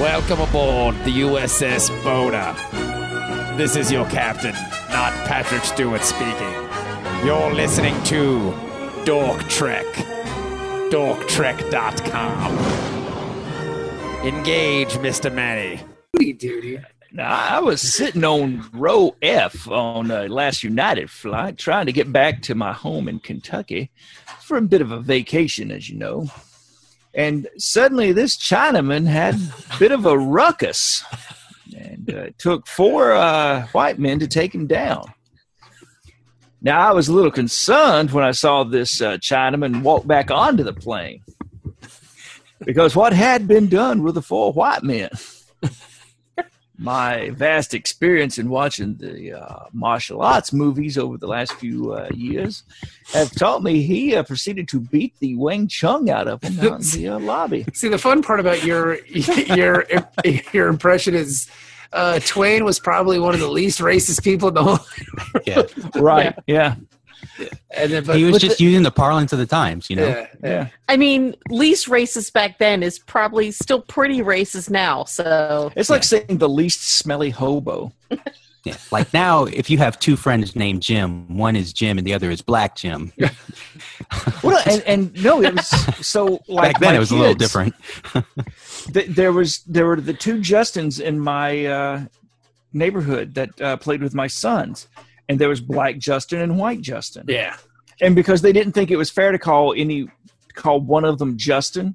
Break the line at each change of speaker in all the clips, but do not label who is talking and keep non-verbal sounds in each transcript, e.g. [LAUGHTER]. Welcome aboard the USS Boda. This is your captain, not Patrick Stewart speaking. You're listening to Dork Trek. DorkTrek.com. Engage, Mr. Manny.
Howdy doody.
Now, I was sitting on row F on uh, last United flight, trying to get back to my home in Kentucky for a bit of a vacation, as you know. And suddenly, this Chinaman had a bit of a ruckus, and uh, it took four uh, white men to take him down. Now, I was a little concerned when I saw this uh, Chinaman walk back onto the plane because what had been done with the four white men my vast experience in watching the uh, martial arts movies over the last few uh, years have taught me he uh, proceeded to beat the Wang Chung out of him out in the uh,
[LAUGHS]
lobby.
See, the fun part about your [LAUGHS] your your impression is uh, Twain was probably one of the least racist people in the whole.
Yeah.
Right. Yeah.
And then, but
He was
but
just using the parlance of the times, you
the-
know?
yeah,
Yeah.
yeah.
I mean, least racist back then is probably still pretty racist now. So
It's like saying the least smelly hobo.
Yeah. Like now, if you have two friends named Jim, one is Jim and the other is Black Jim.
Well, no, and, and no,
[LAUGHS]
it was so like
Back then,
my
it was a little
kids,
different.
th- there was there were the two Justins in my uh, neighborhood that uh, played with my sons, and there was black Justin and white Justin.
yeah.
and because they didn't think it was fair to call any call one of them Justin,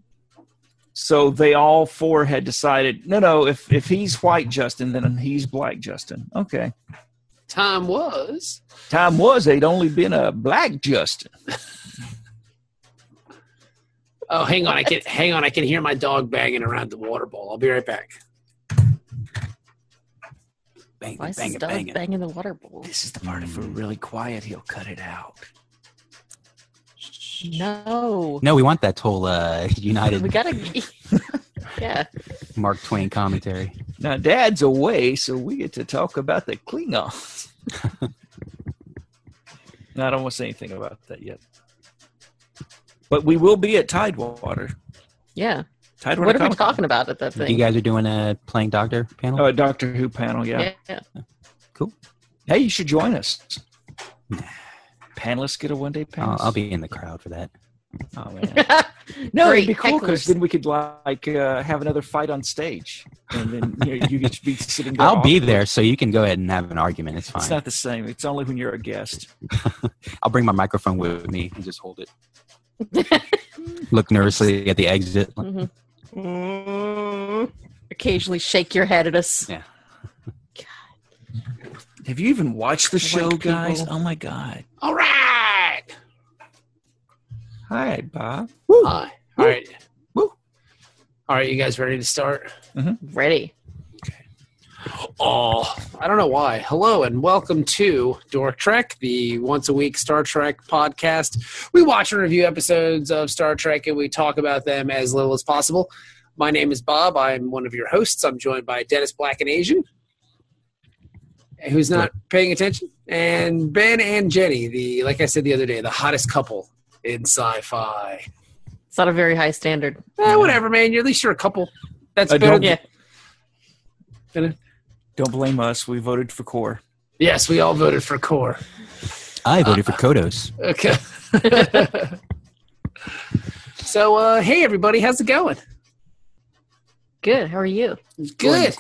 so they all four had decided, no, no, if if he's white Justin, then he's black Justin. Okay,
Tom was.
time was they'd only been a black Justin.
Oh, hang on, I can hang on. I can hear my dog banging around the water bowl. I'll be right back.
Bang,
why is
bang
this
it,
dog
bang it.
banging the water bowl?
This is the part if we're really quiet, he'll cut it out.
No,
No, we want that whole uh,
we
United
gotta. yeah,
Mark Twain commentary.
Now Dad's away, so we get to talk about the Klingons. [LAUGHS] No, I don't want to say anything about that yet, but we will be at Tidewater.
yeah.
Tidewater.
What are we
Comic Con.
talking about at that
You
thing?
guys are doing a playing doctor panel?
Oh, a Doctor Who panel, yeah.
yeah. yeah.
Hey, you should join
[SIGHS]
us. Panelists get a one day
I'll,
pass.
I'll be in the crowd for that.
Oh,
[LAUGHS]
man. No, it'd be cool because then we could like uh, have another fight on stage, and then you, know, you could be sitting. There
I'll be
awkward.
there, so you can go ahead and have an argument. It's
It's
fine.
not the same. It's only when you're a guest.
I'll bring my microphone with me and just hold it. Look nervously at the exit.
hmm [LAUGHS] Occasionally shake your head at us.
Have you even watched the show,
people.
guys? Oh my god!
All right.
Hi, Bob.
Hi. All right.
Woo.
All right, you guys ready to start?
Ready?
Oh, I don't know why. Hello and welcome to Dork Trek, the once a week Star Trek podcast. We watch and review episodes of Star Trek and we talk about them as little as possible. My name is Bob. I'm one of your hosts. I'm joined by Dennis Black and Asian, who's not paying attention, and Ben and Jenny, the like I said the other day, the hottest couple in sci-fi.
It's not a very high standard.
Eh, whatever, man. You're, at least you're a couple. That's
I
better.
don't-
than-
Yeah.
Don't blame us. We voted for Core.
Yes, we all voted for Core.
I voted for Kodos.
Okay. [LAUGHS] so, uh, hey, everybody, how's it going?
Good. How are you?
Good.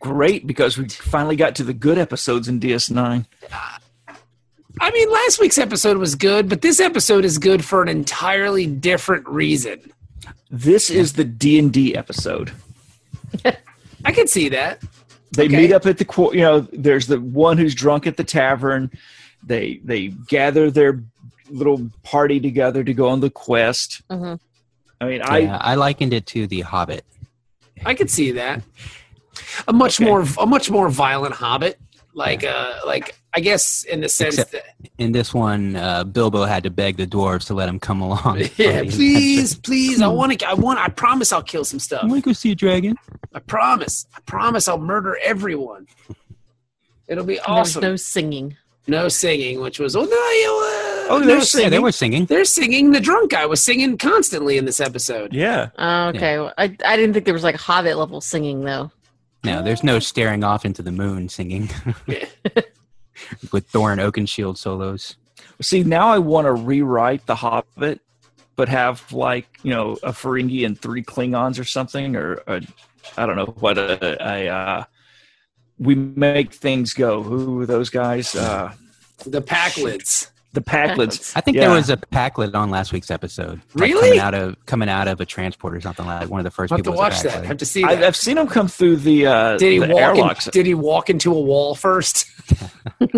Great, because we finally got to the good episodes in DS9.
I mean, last week's episode was good, but this episode is good for an entirely different reason.
This is the D and D episode.
I can see that.
they
Okay.
meet up at the qu- you know there's the one who's drunk at the tavern they they gather their little party together to go on the quest
Mhm.
i mean
I,
i
I likened it to the Hobbit.
I can see that. A much
Okay.
more, a much more violent Hobbit. Like, uh, like I guess in the sense
Except-
that
In this one, uh, Bilbo had to beg the dwarves to let him come along.
[LAUGHS] yeah, please, please, I want to, I want, I promise, I'll kill some stuff.
I want to go see a dragon.
I promise. I promise I'll murder everyone. It'll be
And There was
awesome.
no singing.
No singing, which was [LAUGHS] oh no, you,
Oh, they
they're
were, yeah, they
singing.
were singing.
They're singing. The drunk guy was singing constantly in this episode.
Yeah.
Oh, okay. Well, I, I didn't think there was like Hobbit level singing though.
No, there's no staring off into the moon singing [LAUGHS]
[LAUGHS]
with Thorn Oakenshield solos.
See, now I want to rewrite The Hobbit, but have like you know a Ferengi and three Klingons or something, or, I I don't know what uh, I. Uh, we make things go. Who were those guys? Uh,
The pack lids.
the
[LAUGHS]
Packlets.
I think
Yeah.
there was a packlet on last week's episode. like,
Really?
coming out of coming out of a transport or something like that. One of the first
I have to
people. was
watch
a
that. I
Packlet.
have to see
I've,
that.
I've seen them come through the uh,
Did he
the
walk?
airlocks.
In, did he walk into a wall first?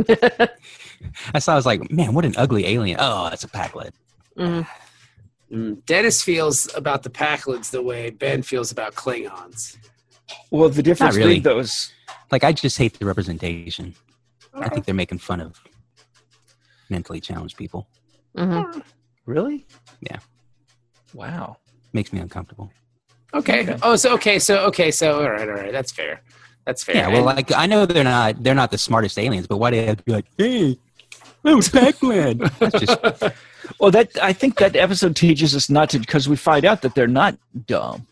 I saw. I was like, man, what an ugly alien. Oh, that's a packlet.
Mm.
Mm, Dennis feels about the Packlets the way Ben feels about Klingons.
well, the difference
really.
between those.
Like, I just hate the representation. I think they're making fun of mentally challenged people.
mhm.
Really?
Yeah.
Wow.
Makes me uncomfortable.
Okay.
Okay.
Oh, so okay, so okay, so all right, all right. That's fair. That's fair.
Yeah, well, like I know they're not they're not the smartest aliens, but why do they have to be like, hey, that was Pac-Man?
[LAUGHS]
That's just
Well, that I think that episode teaches us not to because we find out that they're not dumb.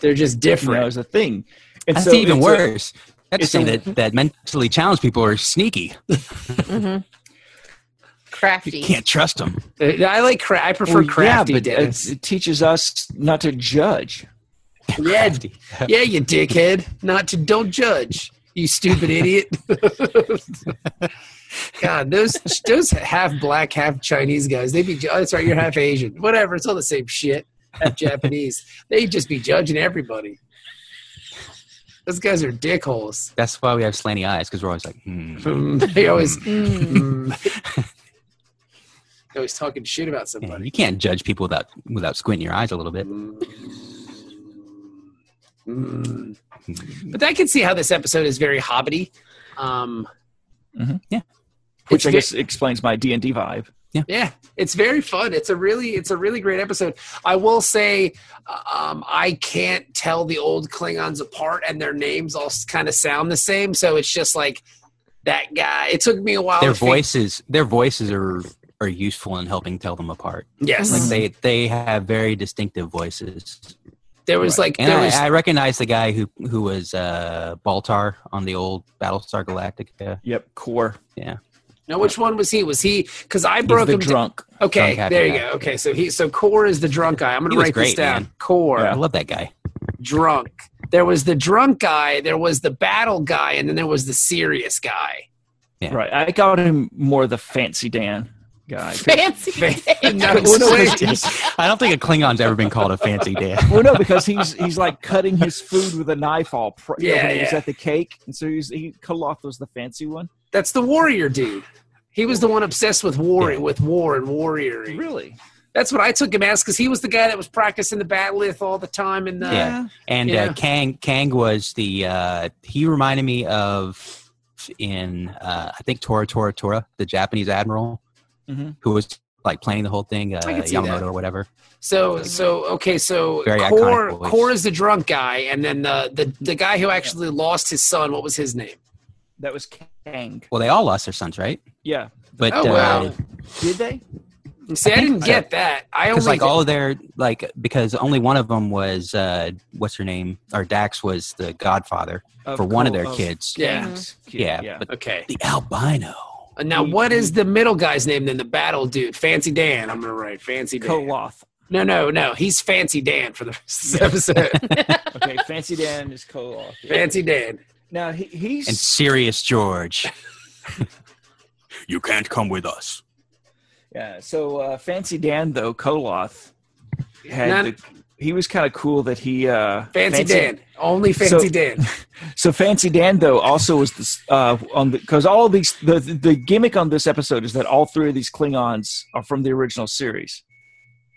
they're just
You know,
different.
is a thing. And
that's
so
even
it's a-
worse. That's
it's a-
saying that, that mentally challenged people are sneaky.
Mhm.
You
Crafty.
can't trust them.
Uh, I like. Cra- I prefer
Well,
crafty,
yeah, but uh, [LAUGHS]
Dennis.
It, it teaches us not to judge.
yeah, yeah, you dickhead. Not to don't judge. You stupid idiot. God, those those half black, half Chinese guys. They be. ju- Oh, that's right. You're half Asian. Whatever. It's all the same shit. Half Japanese. They just be judging everybody. Those guys are dickholes. [LAUGHS]
That's why we have slanty eyes because we're always like, hmm.
Mm, They always.
Mm.
Mm. They always talking shit about
yeah,
somebody.
you can't judge people without without squinting your eyes a little bit.
Mm. But I can see how this episode is very hobbity. Um,
which
It's
I
ve-
guess explains my D and D vibe.
yeah, it's very fun. It's a really, it's a really great episode. I will say, um, I can't tell the old Klingons apart, and their names all kind of sound the same. So it's just like that guy. It took me a while.
Their
to think-
voices their voices are are useful in helping tell them apart.
yes.
Mm.
Like they they have very distinctive voices.
there was like
And
there
I,
was
I recognize the guy who who was uh, Baltar on the old Battlestar Galactica.
Yep, core.
no. Which one was he? Was he? Because I
He's
broke
the
him. down.
drunk.
Okay,
drunk happy
there you
guy.
go. Okay, so he so Core is the drunk guy. I'm gonna
He was
write this
great,
down.
man.
Core,
I love that guy.
drunk. There was the drunk guy. There was the battle guy, and then there was the
[LAUGHS]
serious guy.
Yeah.
Right. I got him more the fancy Dan [LAUGHS] guy. 'Cause-
Fancy.
No,
Well, no,
[LAUGHS]
wait.
it's-
I don't think a Klingon's ever been called a fancy dad.
[LAUGHS] well, no, because he's he's like cutting his food with a knife all. Pr- you know,
Yeah,
when he was
yeah.
at the cake, and so he's, he Kaloth was the fancy one.
That's the warrior dude. He was the one obsessed with war,
Yeah.
with war and warrioring.
Really?
That's what I took him as because he was the guy that was practicing the batlith all the time. And the
Yeah. And
Yeah.
uh, Kang Kang was the uh, he reminded me of in uh, I think Tora Tora Tora, the Japanese admiral,
Mhm.
who was like planning the whole thing, uh,
can see that.
Yamamoto or whatever.
so so okay so
Very iconic
core
voice.
core is the drunk guy, and then the the the guy who actually lost his son. What was his name?
That was Kang.
Well, they all lost their sons, right?
Yeah.
But
Oh, wow.
uh,
Did they?
See, I, didn't get that. I only
because like all of their like because only one of them was uh, what's her name or Dax was the godfather for one of their
Kol-
kids.
yeah.
Kang's kid,
Yeah,
yeah.
but
Okay.
the albino.
Uh, Now,
Mm,
what is the middle guy's name then? The battle dude, Fancy Dan. I'm gonna write Fancy Dan.
Koloth.
No, no, no. He's Fancy Dan for the rest of
[LAUGHS]
this episode.
Okay, Fancy Dan is Koloth.
Fancy Dan.
Now he, he's
and serious George. you can't come with us.
Yeah. So uh, Fancy Dan though Koloth had
Not-
the, he was kind of cool that he uh,
Fancy, Dan. Only Fancy
So- [LAUGHS]
Dan.
So Fancy Dan though also was this, uh, on because all these the the gimmick on this episode is that all three of these Klingons are from the original series.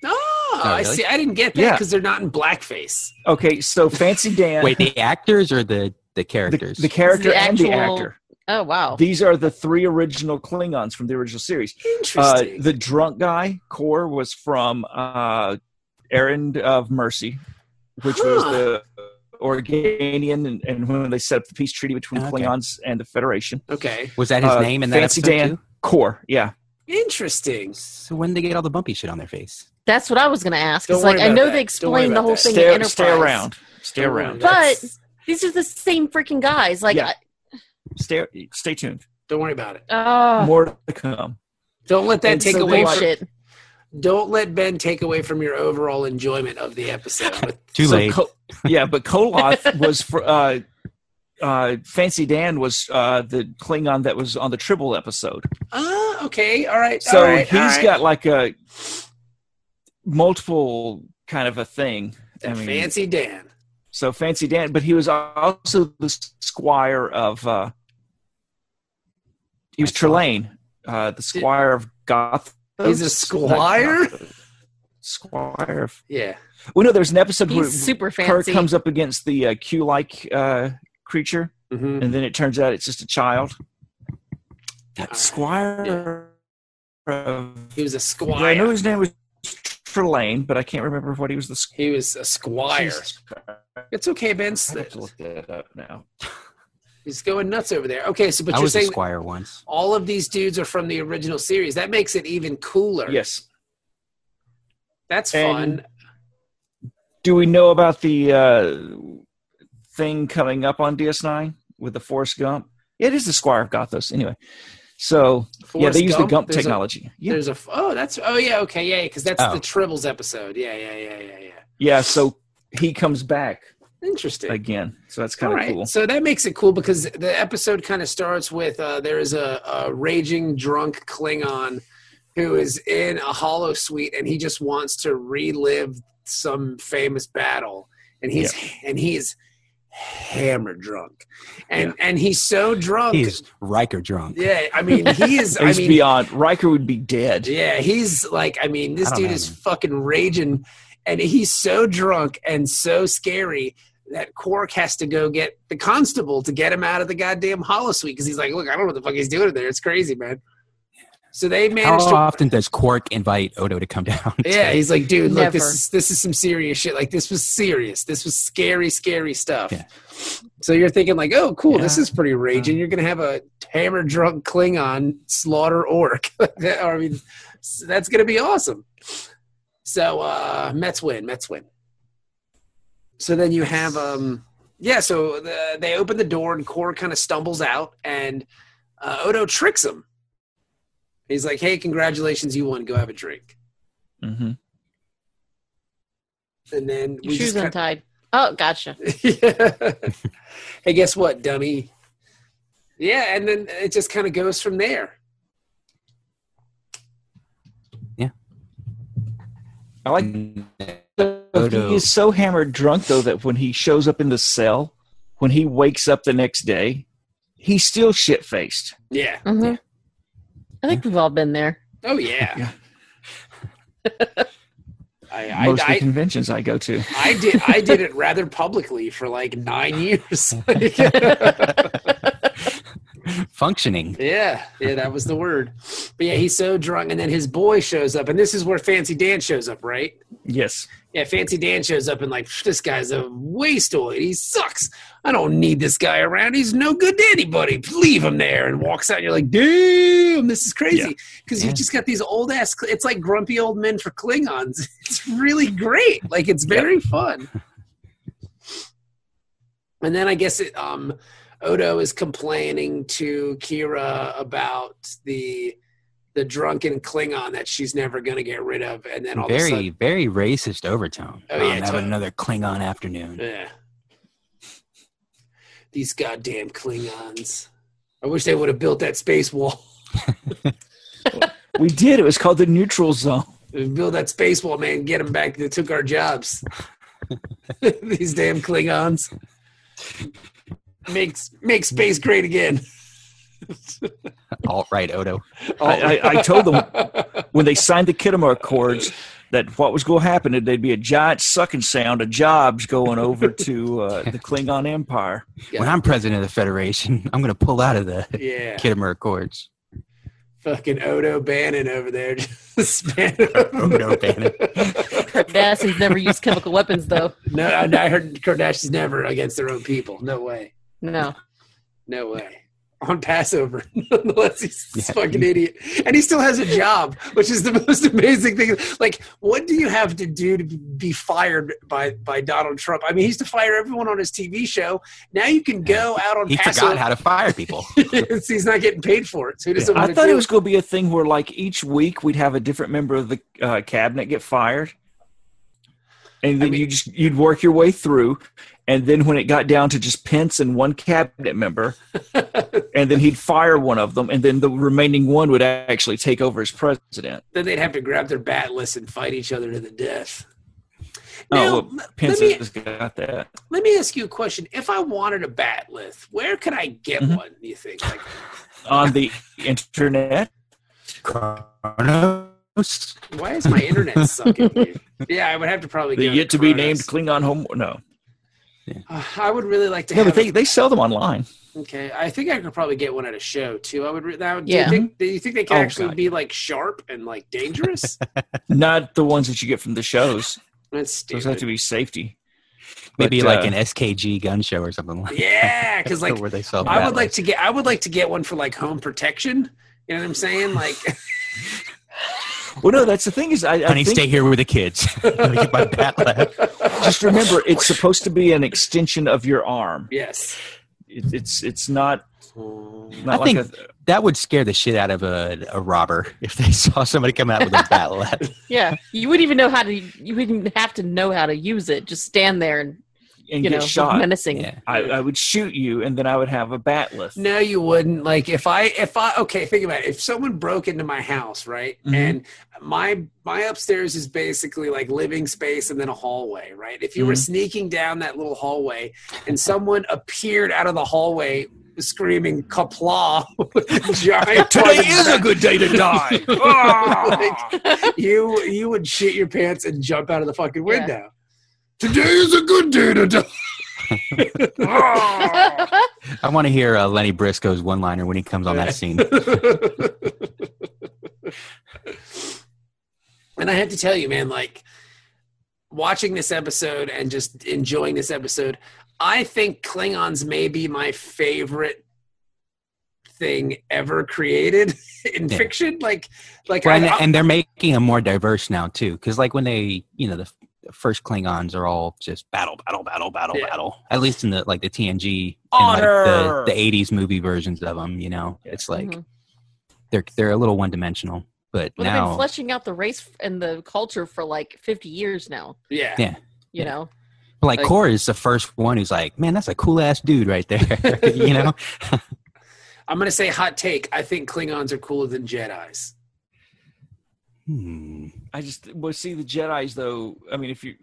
Oh, I
really?
see. I didn't get that
Yeah.
because they're not in blackface.
Okay, so Fancy Dan,
Wait, the actors or the the
the,
characters?
the character
The
and the
actual-
actor.
[LAUGHS] Oh wow.
These are the three original Klingons from the original series. Uh,
Interesting.
the drunk guy Core was from uh, Errand of Mercy, which was
Huh.
the Organian, and, and when they set up the peace treaty between
Okay.
Klingons and the Federation.
okay.
was that his
uh,
name in that
Fancy
episode
Dan.
too?
Core, yeah,
Interesting.
So when they get all the bumpy shit on their face?
That's what I was going to ask.
Don't
it's like
worry
I
about
know
that. Don't
they explained
worry
the
about
whole
that.
thing in
Stare,
Enterprise.
stare around. Stare around.
But
That's-
these are the same freaking guys. Like,
Yeah.
yeah.
Stare. Stay tuned.
don't worry about it.
I, oh,
More to come.
Don't let that
it's
take
some
away. From,
bullshit.
don't let Ben take away from your overall enjoyment of
[LAUGHS]
the episode.
Too
So
late.
Ko- yeah, but Koloth was for. Uh, uh, Fancy Dan was uh, the Klingon that was on the Tribble episode.
Ah, okay, all right.
So
all
he's
right, all right.
got like a multiple kind of a thing. I mean,
fancy Dan.
So Fancy Dan, but he was also the squire of. Uh, he was Trelane, uh, the squire of Goth.
He's a squire.
Squire. Of,
Yeah.
well, no, there's an episode where
He's super
Kirk
fancy.
comes up against the uh, Q-like uh, creature,
Mm-hmm.
and then it turns out it's just a child.
All right.
That squire. Of,
He was a
I know
squire.
his name was Trelane, but I can't remember what he was. The squire.
He was a squire. It's okay, Ben.
I have to look that up now.
He's going nuts over there. Okay, so but
I
you're
was a
saying
squire once.
all of these dudes are from the original series. That makes it even cooler.
Yes.
That's
And-
fun.
Do we know about the uh, thing coming up on DS9 with the Forrest Gump? It is the Squire of Gothos, anyway. So yeah,
Forrest
they use the Gump
there's a-
technology. yeah,
There's a oh that's oh yeah okay yeah because that's
Oh.
the Tribbles episode yeah yeah yeah yeah yeah
yeah. So he comes back
interesting
again. So that's kind
all
of
right
cool.
so that makes it cool because the episode kind of starts with uh, there is a, a raging drunk Klingon who is in a hollow suite and he just wants to relive some famous battle and he's and he's hammer drunk and and he's so drunk
He's Riker drunk.
Oh, yeah I mean he
[LAUGHS]
is I
He's
mean
beyond Riker would be dead.
Yeah, he's like, I mean, this
I don't
dude
know,
is
man.
fucking raging, and he's so drunk and so scary that Quark has to go get the constable to get him out of the goddamn hollow suite because he's like, look, I don't know what the fuck he's doing in there. It's crazy, man. So they
How uh,
managed to.
often does Quark invite Odo to come [LAUGHS] down?
Yeah, he's like, dude, look, this
Never.
is this is some serious shit. Like, this was serious. This was scary, scary stuff.
Yeah.
So you're thinking like, oh, cool, this
Yeah.
is pretty raging. You're gonna have a hammer drunk Klingon slaughter orc. [LAUGHS] That- I mean, s- that's gonna be awesome. So uh, Mets win. Mets win. So then you have um, yeah. So the, they open the door and Core kind of stumbles out and uh, Odo tricks him. He's like, hey, congratulations, you won. Go have a drink.
Mhm.
And then we
Shoes
just kind [LAUGHS]
untied. Oh, gotcha.
hey, guess what, dummy? Yeah, and then it just kind of goes from there.
I like.
Mm. Odo.
He is so hammered drunk though that when he shows up in the cell, when he wakes up the next day, he's still shit faced.
Yeah.
Mhm.
Yeah.
I think we've all been there.
Oh yeah.
Yeah.
I, I,
Most of the
I,
conventions I go to.
I did I did it rather publicly for like
[LAUGHS]
nine years. [LAUGHS]
Functioning.
yeah, yeah, that was the word. But yeah, he's so drunk, and then his boy shows up, and this is where Fancy Dan shows up, right?
Yes.
Yeah, Fancy Dan shows up and like this guy's a wasteoid. He sucks. I don't need this guy around. He's no good to anybody. Leave him there and walks out. And you're like, damn, this is crazy because
Yeah.
you've just got these old ass. Cl- it's like grumpy old men for Klingons. [LAUGHS] It's really great. Like it's very fun. And then I guess it, um, Odo is complaining to Kira about the the drunken Klingon that she's never going to get rid of, and then all of a sudden,
Very, very racist overtone.
Oh, yeah,
I'm having
totally.
another Klingon afternoon.
Yeah. These goddamn Klingons. I wish they would have built that space wall. [LAUGHS]
We did. It was called the neutral zone.
Build that space wall, man. Get them back. They took our jobs. [LAUGHS] These damn Klingons. Makes make space great again.
Alt right, Odo.
Oh.
I, I, I told them when they signed the Kittimer Accords that what was going to happen is there'd be a giant sucking sound of jobs going over to uh, the Klingon Empire.
When I'm president of the Federation, [LAUGHS] I'm going to pull out of the
Yeah.
Kittimer
[LAUGHS]
Accords.
Fucking Odo Bannon over there. [LAUGHS] Just Bannon.
[LAUGHS] Odo Oh, Bannon.
Kardashians never use chemical weapons, though.
No, I, I heard Kardashian's never against their own people. No way. [LAUGHS]
No.
No way. on Passover, [LAUGHS] unless he's this
Yeah.
fucking idiot, and he still has a job, which is the [LAUGHS] most amazing thing. Like, what do you have to do to be fired by by Donald Trump? I mean, he used to fire everyone on his TV show. Now you can go out on
He
Passover.
forgot how to fire people. [LAUGHS]
[LAUGHS] he's not getting paid for it. So he doesn't
I
wanna
thought
do
it was going to be a thing where, like, each week we'd have a different member of the uh, cabinet get fired, and then
mean-
you just you'd work your way through, and then when it got down to just Pence and one cabinet
[LAUGHS]
member, and then he'd fire one of them, and then the remaining one would actually take over as president.
Then they'd have to grab their bat list and fight each other to the death. Now,
oh, well, Pence
me-
has got that.
Let me ask you a question. If I wanted a bat list, where could I get
Mhm.
one? Do you think? Like,
on the internet.
Oh, Kronos?
why is
[LAUGHS]
my internet sucking? dude? Yeah, I would have to probably.
The
go
yet to be named
Kronos.
Klingon home. No,
Uh, I would really like to.
yeah,
have
but they, they sell them online.
okay, I think I could probably get one at a show too. I would. Re- that would
Yeah.
Do you think, do you think they can
Oh,
actually
God.
be like sharp and like
[LAUGHS]
dangerous?
Not the ones that you get from the shows.
That's
Those have
stupid.
to be safety.
Maybe
But,
like
uh,
an SKG gun show or something like
yeah,
[LAUGHS]
because [LAUGHS] like
where they sell.
I
that,
would like to get. I would like to get one for like home protection. You know what I'm saying? Like, [LAUGHS]
Well, no, that's the thing is, I, I
Honey,
think-
stay here with the kids. [LAUGHS] Let me get my bat left.
just remember it's supposed to be an extension of your arm.
yes.
It, it's it's not.
I
not like
think
a-
that would scare the shit out of a, a robber [LAUGHS] if they saw somebody come out with a bat left.
Yeah, you wouldn't even know how to. You wouldn't even have to know how to use it. Just stand there and
and
you
get
know,
shot.
menacing.
Yeah.
I, I would shoot you, and then I would have a bat list.
No, you wouldn't. Like if I if I okay, think about it. If someone broke into my house, right?
Mhm.
And my my upstairs is basically like living space and then a hallway, right? If you were
Mhm.
sneaking down that little hallway and someone appeared out of the hallway screaming kapla [LAUGHS] giant [LAUGHS]
Today
fucking
is a good day to die. Ah!
[LAUGHS] bat, you you would shit your pants and jump out of the fucking window. Today is a good day to die. Ah!
[LAUGHS]
I want to hear uh, Lenny Briscoe's one liner when he comes on that scene.
and I have to tell you, man, like watching this episode and just enjoying this episode, I think Klingons may be my favorite thing ever created [LAUGHS] in
Yeah.
fiction. Like, like
Well,
I,
and,
I-
and they're making them more diverse now too, because like when they, you know, the f- first Klingons are all just battle, battle, battle, battle,
Yeah.
battle. At least in the like the TNG, and, like,
Honor!
the the eighties movie versions of them, you know,
Yeah.
it's like
Mhm.
they're they're a little one dimensional. But
Well, they've been
now,
fleshing out the race and the culture for like 50 years now.
yeah.
Yeah. Yeah.
You know,
but, like
like-
Korra is the first one who's like, man, that's a cool ass dude right there, [LAUGHS] you know.
I'm gonna say hot take. I think Klingons are cooler than Jedi's.
Hmm.
I just well see the Jedi's though. I mean, if you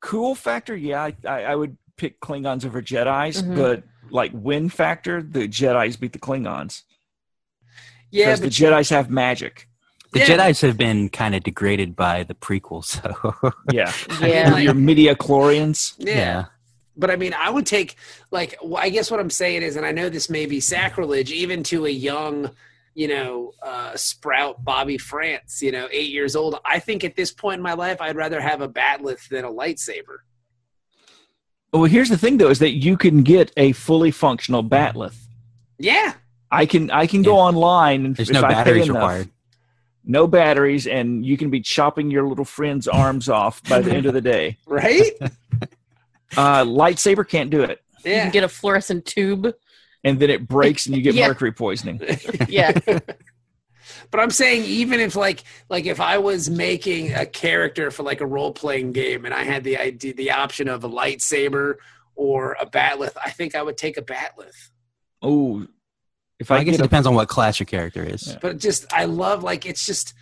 cool factor, yeah, I, I, I would pick Klingons over Jedi's,
Mm-hmm.
Mhm.
but like win factor, the Jedi's beat the Klingons
Yeah,
because
but
the Jedi's have magic.
The
Yeah.
Jedi's have been kind of degraded by the prequel, [LAUGHS] so
Yeah,
yeah,
like-
your media chlorians.
yeah. but I mean, I would take like wh- I guess what I'm saying is, and I know this may be sacrilege, even to a young, you know, uh, sprout Bobby France, you know, eight years old. I think at this point in my life, I'd rather have a batleth than a lightsaber.
Well, here's the thing though: is that you can get a fully functional Batleth.
Yeah,
I can I can go
Yeah.
online and
there's
if
no
I pay
batteries
enough,
required.
No batteries, and you can be chopping your little friend's arms off by the end of the day. [LAUGHS]
right.
Uh, lightsaber can't do it,
you
Yeah,
can get a fluorescent tube.
and then it breaks, and you
[LAUGHS]
get
Yeah.
mercury poisoning.
Yeah,
but I'm saying even if like like if I was making a character for like a role playing game and I had the idea the option of a lightsaber or a batleth, I think I would take a batleth.
Oh, if
Well,
I,
I guess
get
it
a
depends on what class your character is.
Yeah.
But just I love like it's just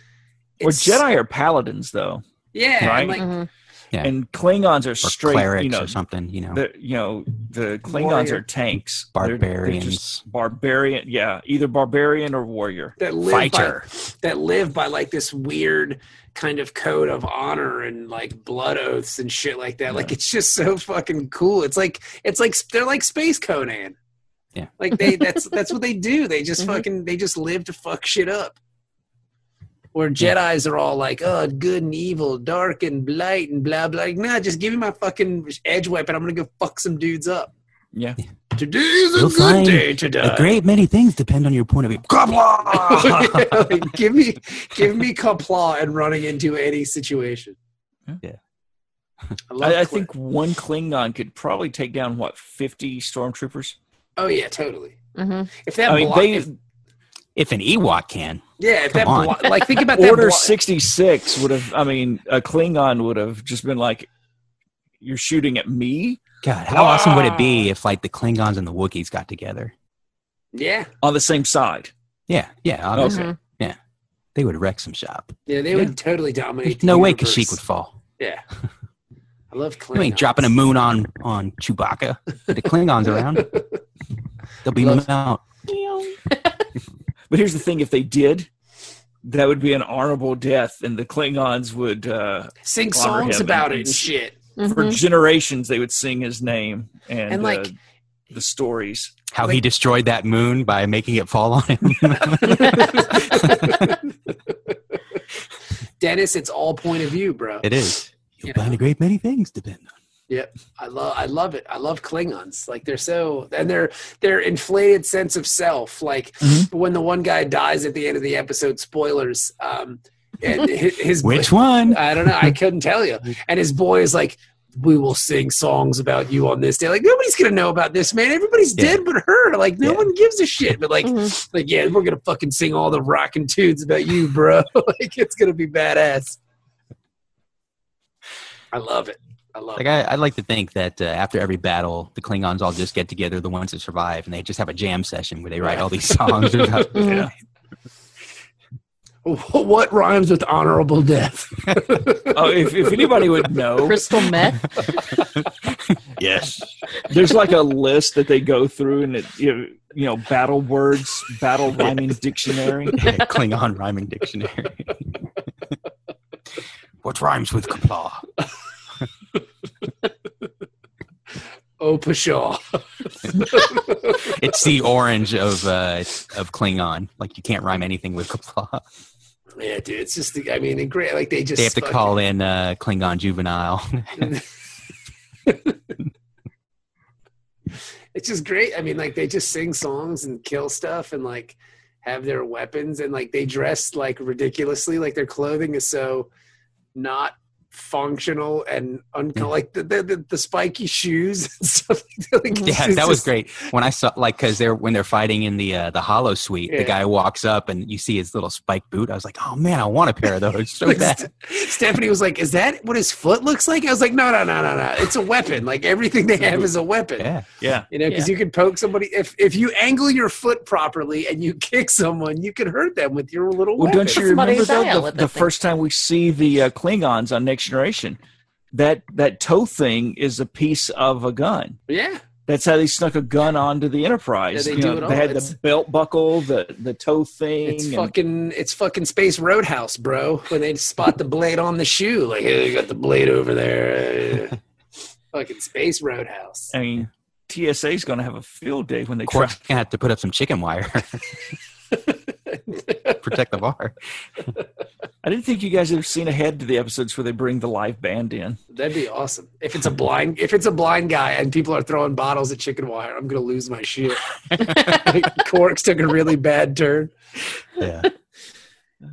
Or
it's-
Jedi are paladins though,
Yeah, and,
Right?
like,
Mhm.
Yeah.
and Klingons are
or
straight.
clerics
you know,
or something, you know,
the you know the Klingons
Warrior.
are tanks, They're- they're
Barbarians.
just barbarian. Yeah, either barbarian or warrior.
that live
fighter.
by that live by like this weird kind of code of honor and like blood oaths and shit like that. Like it's just so fucking cool. It's like it's like they're like space Conan.
Yeah.
Like they that's that's what they do. They just
Mhm.
fucking they just live to fuck shit up. Where Jedi's are all like, oh, good and evil, dark and light and blah blah. Like, nah, just give me my fucking edge weapon. I'm gonna go fuck some dudes up.
Yeah.
Today's a
You'll
good
find
day to die.
A great many things depend on your point of view. Kabla!
Like, [LAUGHS] give me, give me Kapla and running into any situation.
Yeah.
I, love
I, I
Clint.
think one Klingon could probably take down what fifty stormtroopers.
Oh yeah, totally.
hmm
If that,
I mean,
block,
they
if-
if an Ewok can,
yeah, if that,
come on.
block, like think about [LAUGHS] that.
Order
block-
sixty six would have. I mean, a Klingon would have just been like, "You're shooting at me
God, how awesome would it be if like the Klingons and the Wookiees got together?
yeah,
on the same side."
Yeah, yeah, obviously.
Mhm.
They would wreck some shop.
yeah, they would totally dominate.
There's no
the
way
universe.
Kashyyyk would fall.
Yeah, I love Clint.
You ain't dropping a moon on on Chewbacca. With the
[LAUGHS]
Klingons around, they'll beam him
Love-
out.
Mm-hmm.
But here's the thing: if they did, that would be an honorable death, and the Klingons would, uh,
Sing
Honor
songs
him
about
and-
it and shit.
for
Mhm.
generations, they would sing his name and,
Mm-hmm. And, like-
uh, the stories.
How he destroyed that moon by making it fall
[LAUGHS]
on him.
Dennis, it's all point of view, bro.
it is. You'll
You
find a great many things depend on.
I love I love it. I love Klingons. Like they're so and their their inflated sense of self. Like
Mhm.
Mm-hmm.
when the one guy dies at the end of the episode, spoilers. Um and hi- his
Which one?
I don't know, I couldn't
[LAUGHS]
tell you. And his boy is like, We will sing songs about you on this day. Like nobody's gonna know about this, man. Everybody's
Yeah.
dead but her. Like no
Yeah. Mm-hmm.
one gives a shit. But like
Mhm.
like yeah, we're gonna fucking sing all the rockin' tunes about you, bro. [LAUGHS] like it's gonna be badass. I love it. I love it.
Like I, I like to think that uh, after every battle, the Klingons all just get together, the ones that survive, and they just have a jam session where they write all these songs. about-
Mhm.
What rhymes with honorable death?
Oh, if, if anybody would
[LAUGHS]
know,
Crystal meth.
[LAUGHS] yes. [LAUGHS]
there's like a list that they go through, and it you you know battle words, battle rhyming dictionary.
Klingon rhyming dictionary. [LAUGHS] what rhymes with kapla?
Oh, pshaw.
It's the orange of uh, of Klingon. Like you can't rhyme anything with kapla.
Yeah, dude, it's just, the, I mean, and great. Like, they just.
They have to
fucking-
call in uh, Klingon juvenile. [LAUGHS]
It's just great. I mean, like, they just sing songs and kill stuff and, like, have their weapons and, like, they dress, like, ridiculously. Like, their clothing is so not functional and
Mm.
unco- like the, the, the, the spiky shoes and [LAUGHS] stuff like that. Like,
yeah,
it's
that was
just- [LAUGHS]
great. When I saw like because they're when they're fighting in the uh, the hollow suite,
Yeah.
the guy walks up and you see his little spike boot. I was like, oh man, I want a pair of those [LAUGHS] so
Like,
bad.
Ste- Stephanie was like, "Is that what his foot looks like?" I was like, "No, no, no, no, no. It's a weapon. Like everything they have is a weapon.
Yeah.
Yeah,
You know, because you can poke somebody if if you angle your foot properly and you [LAUGHS] kick someone, you can hurt them with your little
Well,
weapon.
don't you
Somebody's
remember
eye
though, the,
with
the
that thing.
first time we see the uh, Klingons on Next Generation? That that toe thing is a piece of a gun.
yeah,
That's how they snuck a gun onto the Enterprise.
Yeah, they
You
do
know,
it all.
they had
It's-
the belt buckle, the the toe thing.
it's
and-
fucking it's fucking space roadhouse, bro. When they spot the blade on the shoe, like hey, you got the blade over there.
[LAUGHS]
fucking space roadhouse.
I mean, TSA's going to have a field day when they try.
Quark's gonna have to put up some chicken wire. [LAUGHS] Protect the bar.
I didn't think you guys have seen ahead to the episodes where they bring the live band in.
That'd be awesome. If it's a blind if it's a blind guy and people are throwing bottles at chicken wire, I'm gonna lose my shit.
[LAUGHS]
[LAUGHS] Corks took a really bad turn
Yeah.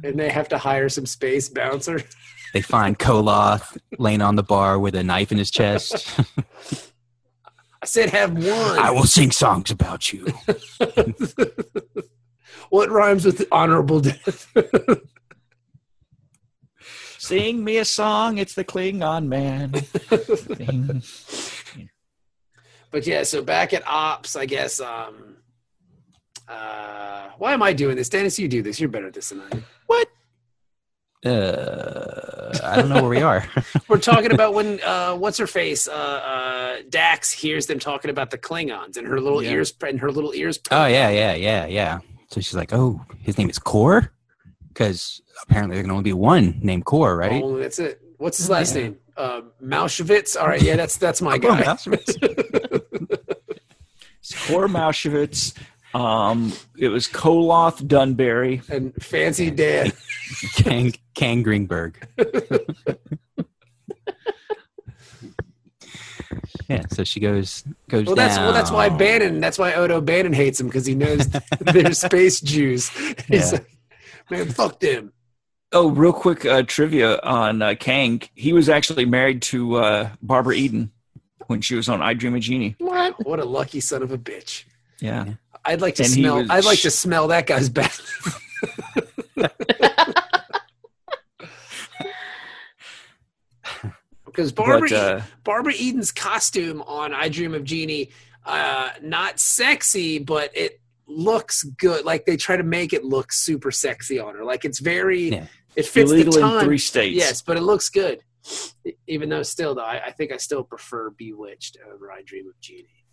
and they have to hire some space bouncer.
They find Koloth laying on the bar with a knife in his chest.
[LAUGHS] I said have one.
I will sing songs about you.
what rhymes with honorable death?
[LAUGHS]
[LAUGHS]
Sing me a song. It's the Klingon man.
[LAUGHS]
Sing.
but yeah, so back at ops, I guess um uh why am I doing this? Dennis, you do this. You're better at this than I am.
Uh, I don't know where we are. [LAUGHS]
We're talking about when uh what's her face? Uh uh Dax hears them talking about the Klingons and her little
Yeah.
ears and her little ears
Oh yeah, yeah, yeah, yeah. So she's like, "Oh, his name is Core," because apparently there can only be one named Core, right? [LAUGHS]
Oh, that's it. What's his last name? Uh, Malshevitz. All right, yeah, that's that's
[LAUGHS]
my
Oh,
guy.
that's right.
Cor Mauschewitz. Um, it was Koloth Dunbarry.
and Fancy Dan.
Kang
[LAUGHS]
Kang Greenberg. [LAUGHS] Yeah, so she goes goes
Well, that's well, that's why
down.
Bannon. That's why Odo Bannon hates him because
[LAUGHS]
he knows they're space Jews. [LAUGHS] He's
Yeah.
like, man, fuck them.
Oh, real quick uh, trivia on uh, Kang. He was actually married to uh, Barbara Eden when she was on I Dream a Genie.
[LAUGHS] What?
What a lucky son of a bitch.
Yeah.
I'd like to
And he
smell.
was-
I'd like to smell that
[LAUGHS]
guy's breath. [LAUGHS] Because Barbara, E-,
But, uh,
Barbara Eden's costume on I Dream of Jeannie, uh, not sexy, but it looks good. Like they try to make it look super sexy on her. Like it's very,
Yeah.
it fits the
illegal in
time.
three states.
Yes, but it looks good. E- Even though, still though, I, I think I still prefer Bewitched over I Dream of Jeannie.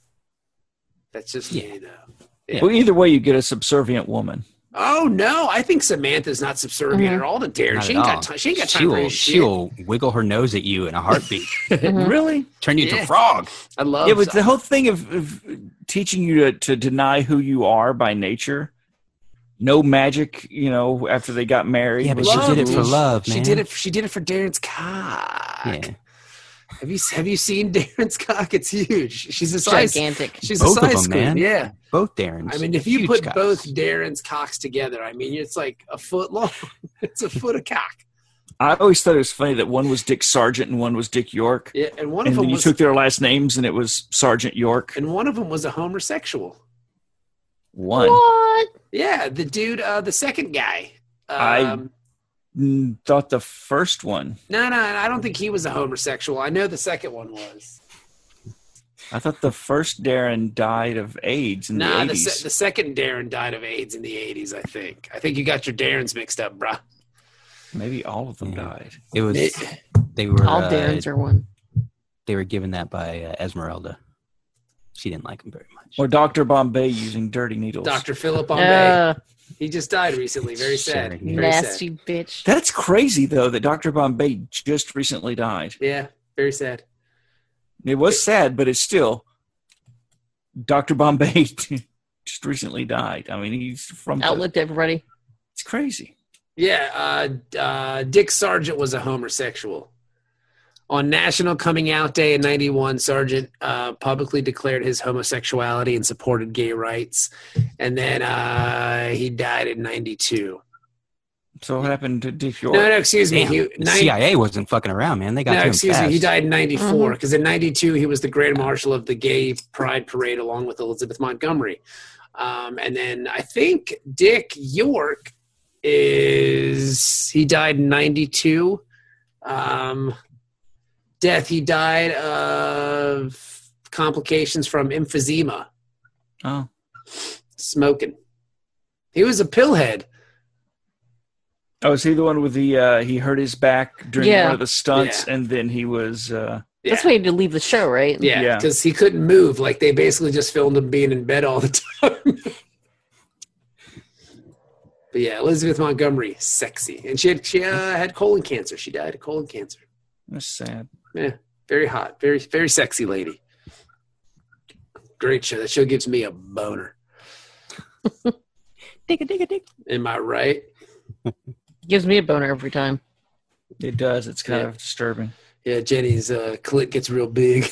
That's just me though.
Well, either way, you get a subservient woman.
Oh no, I think Samantha's not subservient
Mhm.
at all to Darren.
Not
She
at
ain't
all.
got time. She ain't got time
She
for
will
his
she
shit. [LAUGHS]
will wiggle her nose at you in a heartbeat,
Mhm.
Really?
turn you into
Yeah.
a frog.
I love.
Yeah, but the whole thing of, of teaching you to, to deny who you are by nature, no magic, you know, after they got married.
Yeah, but
was-
she did it for love,
she
man.
did it. She did it for Darren's cock.
Yeah.
Have you have you seen [LAUGHS] Darren's cock? It's huge. She's a size.
Gigantic.
She's
Both
a
of
size
them,
queen.
man.
Yeah.
Both Darrens.
I mean, if you
Huge
put
cocks.
both Darren's cocks together, I mean, it's like a foot long. [LAUGHS] it's a foot of cock.
I always thought it was funny that one was Dick Sargent and one was Dick York.
Yeah, and one
And
of
then
them
you
was
took their last names and it was Sergeant York.
and one of them was a homosexual.
One.
What?
Yeah, the dude, uh, the second guy.
I-
Um,
Mm, Thought the first one.
No, no, I don't think he was a homosexual. I know the second one was.
I thought the first Darren died of AIDS in
Nah,
the
the,
80s.
se- the second Darren died of AIDS in the '80s. I think. I think you got your Darrens mixed up, bro.
Maybe all of them
Yeah.
died.
it was they were
All
uh,
Darrens are one.
they were given that by uh, Esmeralda. She didn't like him very much.
Or Dr. Bombay using dirty needles.
Doctor Philip Bombay.
Uh,
he just died recently. Very sad.
Sorry.
Very sad.
nasty bitch.
That's crazy, though, that Dr. Bombay just recently died.
Yeah, very sad.
It was sad, but it's still Dr. Bombay [LAUGHS] just recently died. I mean, he's from. the-
Outlived everybody.
it's crazy.
Yeah, uh, uh, Dick Sargent was a homosexual. On National Coming Out Day in '91, Sargent uh, publicly declared his homosexuality and supported gay rights, and then uh, he died in '92.
So what happened to Dick York?
No, no, excuse me.
Damn,
He,
the
nine-
CIA wasn't fucking around, man. They got
no,
to him
excuse
fast.
me. He died in '94 because in '92 he was the Grand Marshal of the Gay Pride Parade along with Elizabeth Montgomery, um, and then I think Dick York is he died in '92. Um, death. He died of complications from emphysema,
Oh,
smoking. He was a pillhead.
oh, is he the one with the? Uh, he hurt his back during
Yeah.
one of the stunts,
Yeah.
and then he was. Uh,
Yeah.
That's why you had to leave the show, right?
Yeah,
Yeah.
because he couldn't move. Like they basically just filmed him being in bed all the [LAUGHS] time. but yeah, Elizabeth Montgomery, sexy, and she had she uh, had colon cancer. She died of colon cancer.
that's sad.
Very hot, very very sexy lady. Great show. That show gives me a boner.
Digga, digga, digga.
Am I right?
Gives me a boner every time.
[LAUGHS]
It does. It's kind
Yeah.
of disturbing.
Yeah, Jenny's uh, clit gets real big.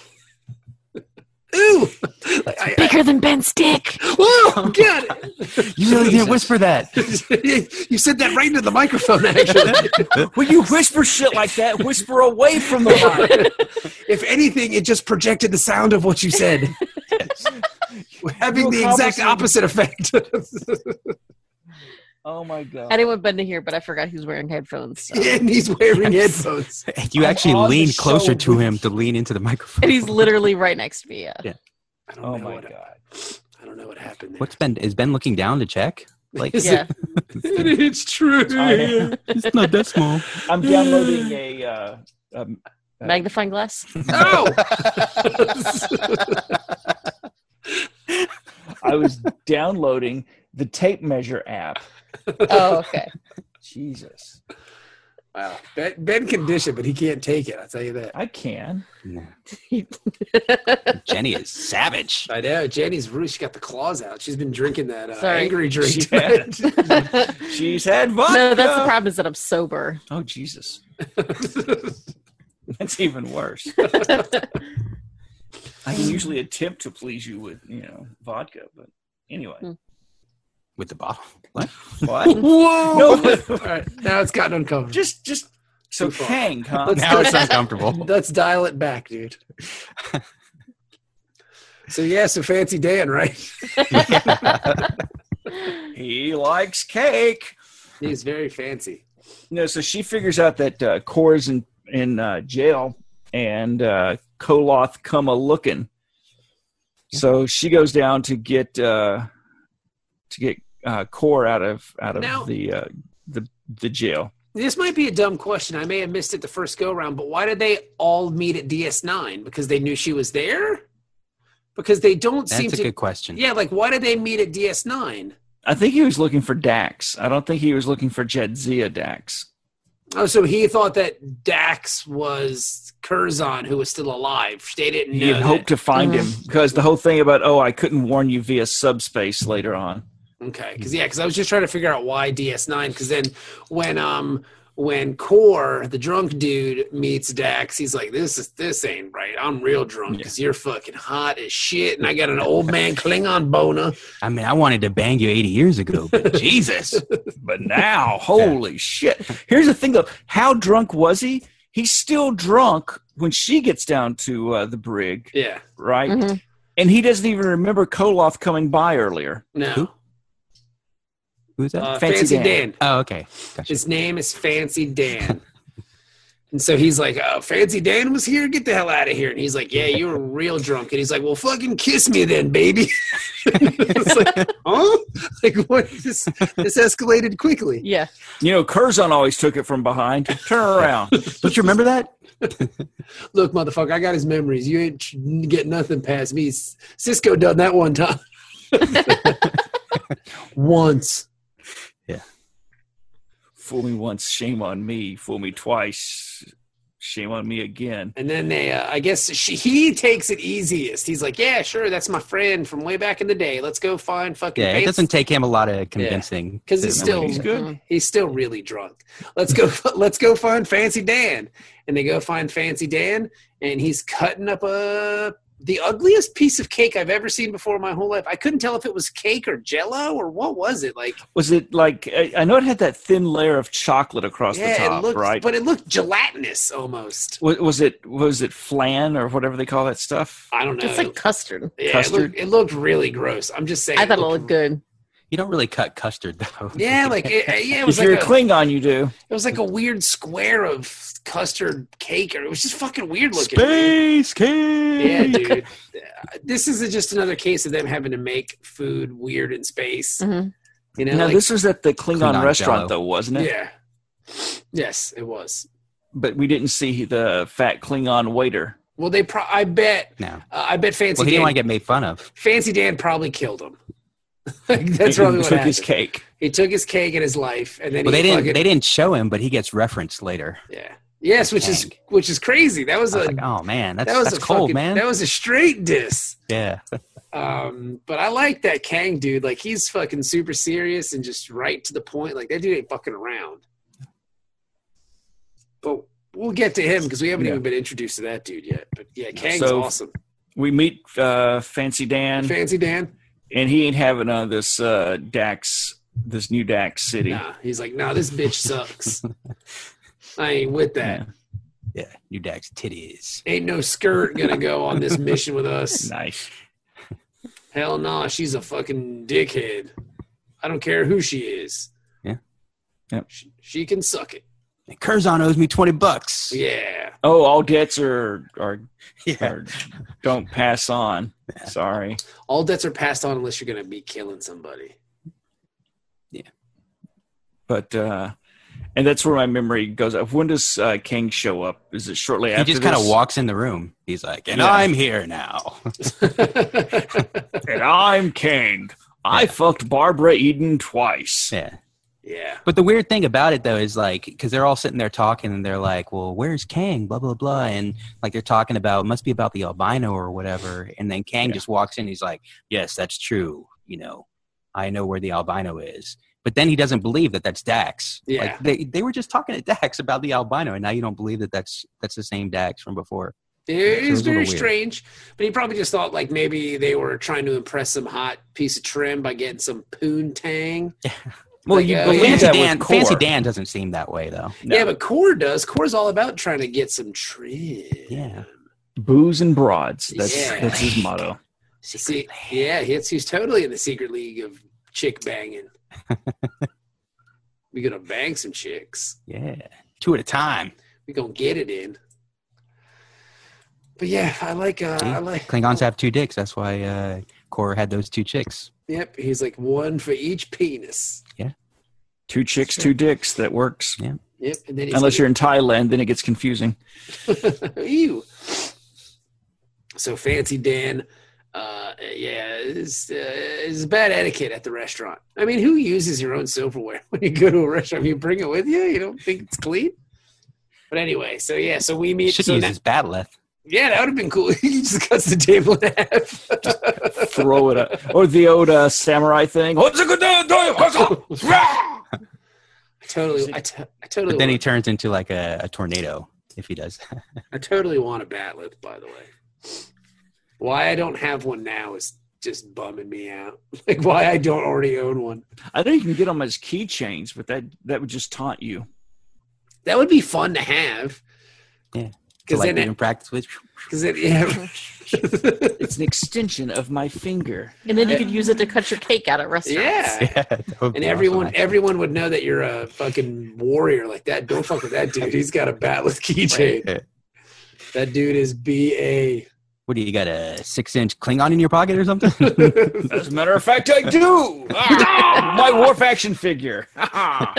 [LAUGHS] Ooh, I, I,
Bigger than Ben's dick.
oh, God!
You really didn't whisper
[LAUGHS]
that. [LAUGHS]
you said that right into the microphone, actually.
When you whisper shit like that, whisper away from the mic.
if anything, it just projected the sound of what you said. We're having the exact opposite effect.
Oh my
I
god!
didn't want Ben to hear, but I forgot he was wearing headphones. so.
and he's wearing headphones.
You
I'm
actually
on the
leaned closer
show,
to him
Rick.
to lean into the microphone.
And he's literally right next to me. Yeah.
I don't
Oh
know
my
what,
god!
I don't know what happened
[LAUGHS]
there.
What's Ben? Is Ben looking down to check? Like
Is
Yeah.
it, it's true.
I-
it's not that
[LAUGHS]
small.
I'm downloading a. Uh, um,
Magnifying
[LAUGHS]
glass.
[LAUGHS] Oh,
I [LAUGHS] was downloading the tape measure app.
Oh, [LAUGHS] okay.
Jesus,
wow. Ben, ben can dish it, but he can't take it. I'll tell you that.
I can.
No. Jenny is savage.
I know. Jenny's really, she got the claws out. She's been drinking that uh,
Sorry.
angry drink. [LAUGHS]
She
tonight.
[LAUGHS] She's had vodka. [LAUGHS]
no, that's the problem is that I'm sober.
Oh Jesus! Oh, That's even worse. I can usually attempt to please you with, you know, vodka, but anyway.
[LAUGHS]
with the
[LAUGHS]
bottle. What?
What?
Whoa!
No,
[LAUGHS]
but-
All right, now it's gotten uncomfortable.
just just so
Too far.
hang, huh?
Let's
now it's uncomfortable.
Let's dial it back, dude. so yeah, so fancy Dan, right?
He likes cake.
He's very fancy.
No, so she figures out that uh, Cora's in in uh, jail and uh, Koloth come a looking. So she goes down to get uh, to get uh, Cor out of out of
Now-
the uh, the the jail.
This might be a dumb question. I may have missed it the first go round, but why did they all meet at DS9? Because they knew she was there? Because they don't seem
That's a
to.
good question.
Yeah, like why did they meet at DS9?
I think he was looking for Dax. I don't think he was looking for Jedzia Dax.
Oh, so he thought that Dax was Curzon, who was still alive. They didn't
He
know.
had hoped to find him because the whole thing about oh I couldn't warn you via subspace later on.
that. Okay, because yeah, because I was just trying to figure out why DS9. Because then when um when Core, the drunk dude, meets Dax, he's like, "This is this ain't right. I'm real drunk because you're fucking hot as shit, and I got an old man Klingon boner."
I mean, I wanted to bang you 80 years ago, but [LAUGHS] Jesus.
But
[LAUGHS]
now, holy shit. Here's the thing though. How drunk was he? He's still drunk when she gets down to uh, the brig,
Yeah,
right?
Mm-hmm.
Mhm.
And he doesn't even remember Koloth coming by earlier.
no,
Who? Who's that?
uh,
Fancy
Fancy
Dan.
Dan.
oh, okay. Gotcha.
His name is Fancy Dan. And so he's like, oh, Fancy Dan was here? Get the hell out of here. And he's like, yeah, you were real drunk. And he's like, well, fucking kiss me then, baby. [LAUGHS] it's like, huh? Like, what? This, this escalated quickly.
yeah.
You know, Curzon always took it from behind. Turn
[LAUGHS]
around.
Don't you remember that?
Look, motherfucker, I got his memories. You ain't tr- get nothing past me. S- Cisco done that one time. [LAUGHS] Once.
Fool me once, shame on me. Fool me twice, shame on me again.
And then they, uh, I guess she, he takes it easiest. He's like, yeah, sure, that's my friend from way back in the day. Let's go find fucking
Yeah, it
Fancy
doesn't take him a lot of convincing.
'Cause
to
he's
remember
still-
these.
He's good.
He's still really drunk. Let's go. [LAUGHS] Let's go find Fancy Dan. And they go find Fancy Dan, and he's cutting up a the ugliest piece of cake I've ever seen before in my whole life. I couldn't tell if it was cake or Jello or what was it like.
Was it like, I, I know it had that thin layer of chocolate across the top,
it looked,
right?
but it looked gelatinous almost.
was, was it was it flan or whatever they call that stuff?
I don't know.
It's like custard.
yeah, it,
custard?
looked, it looked really gross. I'm just saying.
I thought it looked good.
You don't really cut custard, though. [LAUGHS]
[LAUGHS] Yeah, like it, yeah,
[LAUGHS]
it
If
was
you're
like
a
a,
Klingon, you do.
it was like a weird square of custard cake, or it was just fucking weird looking.
Space King! [LAUGHS]
Yeah, dude. This is just another case of them having to make food weird in space.
Mhm.
Mm-hmm.
You know,
Now
like-
this was at the Klingon,
Klingon
restaurant,
Jello.
though, wasn't it?
yeah. Yes, it was.
But we didn't see the fat Klingon waiter.
Well, they. Pro- I bet.
No.
Uh, I bet Fancy
Well, he didn't want
Dan.
to get made fun of.
Fancy Dan probably killed him. Like, [LAUGHS] that's
He
probably what
took
happened.
his cake.
He took his cake and his life, and then
Well,
he
they didn't.
fucking-
They didn't show him, but he gets referenced later.
yeah. Yes, which is
Dang.
which is crazy. That was
I
a
was like, oh man, that's
that was
that's
a
cold,
fucking,
man.
That was a straight diss.
yeah,
Um, but I like that Kang dude. Like he's fucking super serious and just right to the point. Like that dude ain't fucking around. But we'll get to him because we haven't
Yeah.
even been introduced to that dude yet. But yeah, Kang's
So-
awesome.
We meet uh, Fancy Dan,
Fancy Dan?
and he ain't having uh, this uh, Dax, this new Dax city.
Nah, he's like, nah, this bitch sucks. I ain't with that.
yeah. New Dax titties.
Ain't no skirt gonna go on this mission with us.
Nice.
Hell nah, she's a fucking dickhead. I don't care who she is.
Yeah.
Yep.
She, she can suck it.
And Curzon owes me twenty bucks.
Yeah.
Oh, all debts are are,
[LAUGHS]
Yeah.
are don't pass on. Sorry.
All debts are passed on unless you're going to be
[LAUGHS]
killing somebody.
But uh, and that's where my memory goes. up. When does uh, King show up? Is it shortly
He
after?
just kind of
this?
walks in the room. He's like, and
Yeah.
I'm here now. [LAUGHS]
And I'm King. I
Yeah.
fucked Barbara Eden twice.
yeah.
yeah.
But the weird thing about it though is like, because they're all sitting there talking, and they're like, well, where's Kang? Blah blah blah, and like they're talking about must be about the albino or whatever, and then Kang
Yeah.
just walks in. He's like, yes, that's true. You know, I know where the albino is. But then he doesn't believe that that's Dax.
Yeah.
Like they, they were just talking to Dax about the albino, and now you don't believe that that's that's the same Dax from before.
It
It's a
is
little
very
weird.
strange, but he probably just thought like maybe they were trying to impress some hot piece of trim by getting some poontang.
Well,
Like,
you
uh,
believe
Fancy
that
Dan,
with core.
Fancy Dan doesn't seem that way though.
No.
Yeah, but Core does. Core's all about trying to get some trim.
Yeah.
booze and broads. That's
Yeah.
that's his motto.
See, yeah, he's, he's totally in the secret league of chick
[LAUGHS]
banging. we gonna bang some chicks.
Yeah. Two at a time.
We gonna get it in. But yeah, I like. Uh, I
Yeah.
like
Klingons have two dicks. That's why uh, Korra had those two chicks.
Yep, he's like one for each penis.
Two chicks, two dicks. That works.
Yep, and then he's
Unless you're in Thailand, then it gets confusing.
[LAUGHS] Ew. So fancy Dan, uh, yeah, is uh, is bad etiquette at the restaurant. I mean, who uses your own silverware [LAUGHS] when you go to a restaurant? You bring it with you. You don't think it's clean. But anyway, so yeah, so we meet.
Should
so
use
now-
his battleth.
yeah, that would have been cool. [LAUGHS] he just cuts the table in half.
Throw it
[LAUGHS]
up. Or the old uh, samurai thing. That's
[LAUGHS] totally, I, to- I totally.
But then he
want,
turns into like a, a tornado if he does. [LAUGHS] that.
I totally want a batleth. By the way, why I don't have one now is just bumming me out. [LAUGHS] Like why I don't already own one.
I think you can get them as keychains, but that that would just taunt you.
That would be fun to have.
Yeah.
Because
like
then,
you can practice with.
[LAUGHS] because it,
[LAUGHS]
yeah.
It's an extension of my finger.
And then you could use it to cut your cake out at restaurants.
yeah.
Yeah, that would be
And
awesome,
everyone,
actually.
everyone would know that you're a fucking warrior like that. Don't fuck with that dude. He's got a bat with keychain.
[LAUGHS] Right.
That dude is B A.
What do you got a six inch Klingon in your pocket or
[LAUGHS]
something?
As a matter of fact, I do. [LAUGHS] Ah, my Warp action figure. [LAUGHS] Ah.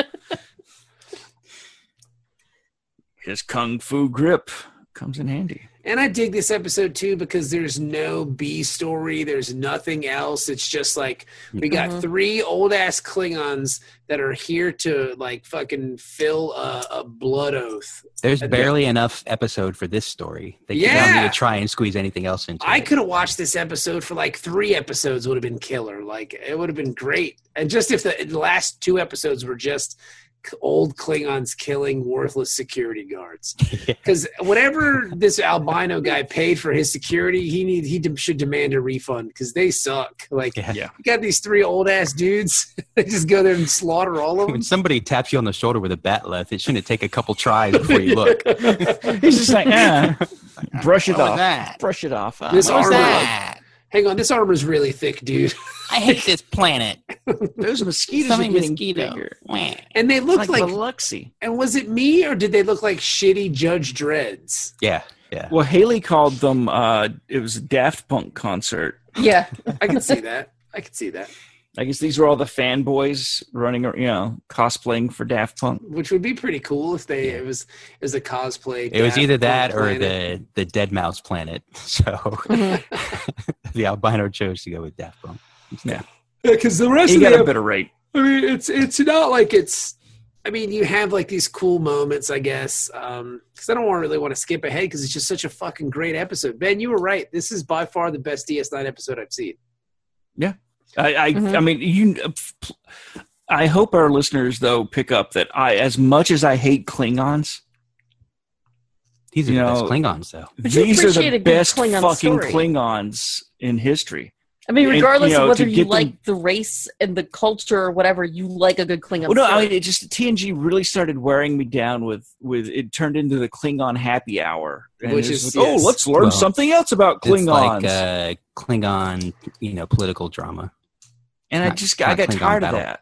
His kung fu grip comes in handy.
And I dig this episode too because there's no B story. There's nothing else. It's just like we got
Mhm.
three old ass Klingons that are here to like fucking fill a, a blood oath
There's
And-
barely enough episode for this story. They don't
Yeah.
need to try and squeeze anything else into
I
it. [LAUGHS]
could have watched this episode for like three episodes would have been killer. Like it would have been great. And just if the the last two episodes were just k- old Klingons killing worthless security guards, because whatever this albino guy paid for his security, he need he de- should demand a refund because they suck. Like
Yeah.
Yeah.
you got these three old ass dudes, [LAUGHS] they just go there and slaughter all of
[LAUGHS]
them.
When somebody taps you on the shoulder with a bat left, it shouldn't take a couple tries
[LAUGHS]
before you look.
He's just like, ah. [LAUGHS] brush it
What was
off.
that?
Brush it off. Ah.
This
What was
armor,
that?
hang on, this armor's really thick, dude,
I hate this planet.
Those mosquitoes are
Something
getting
mosquito.
bigger.
Wah.
and they look
Like,
like.
Biloxi.
and was it me or did they look like shitty Judge Dreads?
Yeah, yeah.
Well, Haley called them. Uh, it was a Daft Punk concert.
Yeah.
I can see that. I can see that.
I guess these were all the fanboys running, ar- you know, cosplaying for Daft Punk.
Which would be pretty cool if they it was it was a cosplay.
It was
Daft
either
Punk
that or
planet.
the the dead mouse planet. [LAUGHS] So
[LAUGHS]
the albino chose to go with Daft Punk.
because the rest
He
of the
got a
ep-
better rate.
I mean, it's it's not like it's. I mean, you have like these cool moments, I guess. Because I don't want really want to skip ahead because it's just such a fucking great episode. Ben, you were right. This is by far the best DS9 episode I've seen.
I, I,
Mhm.
I mean, you. uh, I hope our listeners though pick up that I, as much as I hate Klingons,
These are
You
the best
know-
Klingons, though.
you
these are
appreciate a
the
good
best
Klingon
fucking
story.
Klingons in history.
I mean,
And,
regardless
you know,
of whether
to
you
get them-
like the race and the culture or whatever, you like a good Klingon
Well, no, I
story.
mean, it just TNG really started wearing me down with with it turned into the Klingon happy hour,
Which
it was
is-
like, oh,
yes.
let's learn
Well,
something else about
It's
Klingons,
like uh, Klingon, you know, political
[LAUGHS]
drama.
and I
not-
just I
not
got
Klingon
tired
battle.
of that.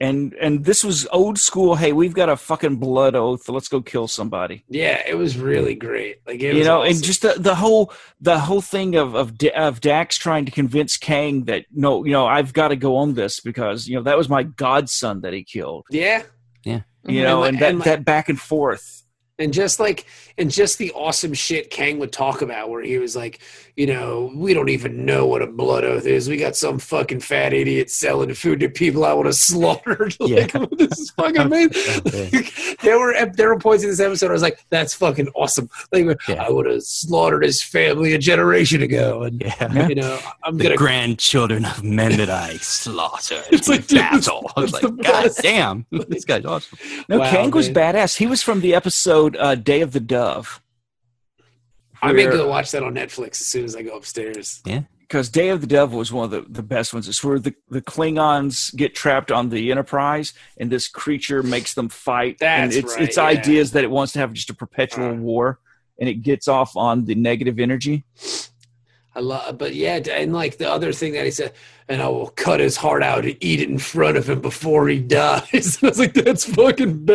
And and this was old school. Hey, we've got a fucking blood oath. Let's go kill somebody.
Yeah, it was really great. Like it
you
was
know,
awesome.
and just the, the whole the whole thing of of, D- of Dax trying to convince Kang that no, you know, I've got to go on this because you know that was my godson that he killed.
yeah,
You
Mhm.
know,
Mm-hmm. And
and,
my-
that
and my-
that back and forth.
And just like, and just the awesome shit Kang would talk about, where he was like, you know, we don't even know what a blood oath is. We got some fucking fat idiot selling food to people I want to [LAUGHS] slaughter. like, [LAUGHS] this is
[LAUGHS]
fucking amazing. Like, [LAUGHS] there were there were points in this episode I was like, that's fucking awesome. Like,
Yeah.
I would have slaughtered his family a generation ago, and
Yeah.
you know, I'm
The
gonna.
grandchildren of men that I slaughtered.
It's like, dude,
battle. I was
that's
like,
the
God
best."
damn, [LAUGHS] this
[LAUGHS]
guy's awesome.
No,
Wow,
Kang was
man.
badass. He was from the episode uh, Day of the Dove.
I may
where-
go watch that on Netflix as soon as I go upstairs.
because Day of the Devil was one of the, the best ones. It's where the, the Klingons get trapped on the Enterprise, and this creature makes them fight. and
That's
it's
right,
its
yeah. Uh-huh.
ideas that it wants to have just a perpetual war, and it gets off on the negative energy.
I love, but yeah, and like the other thing that he said, and I will cut his heart out and eat it in front of him before he dies. [LAUGHS] I was like, that's fucking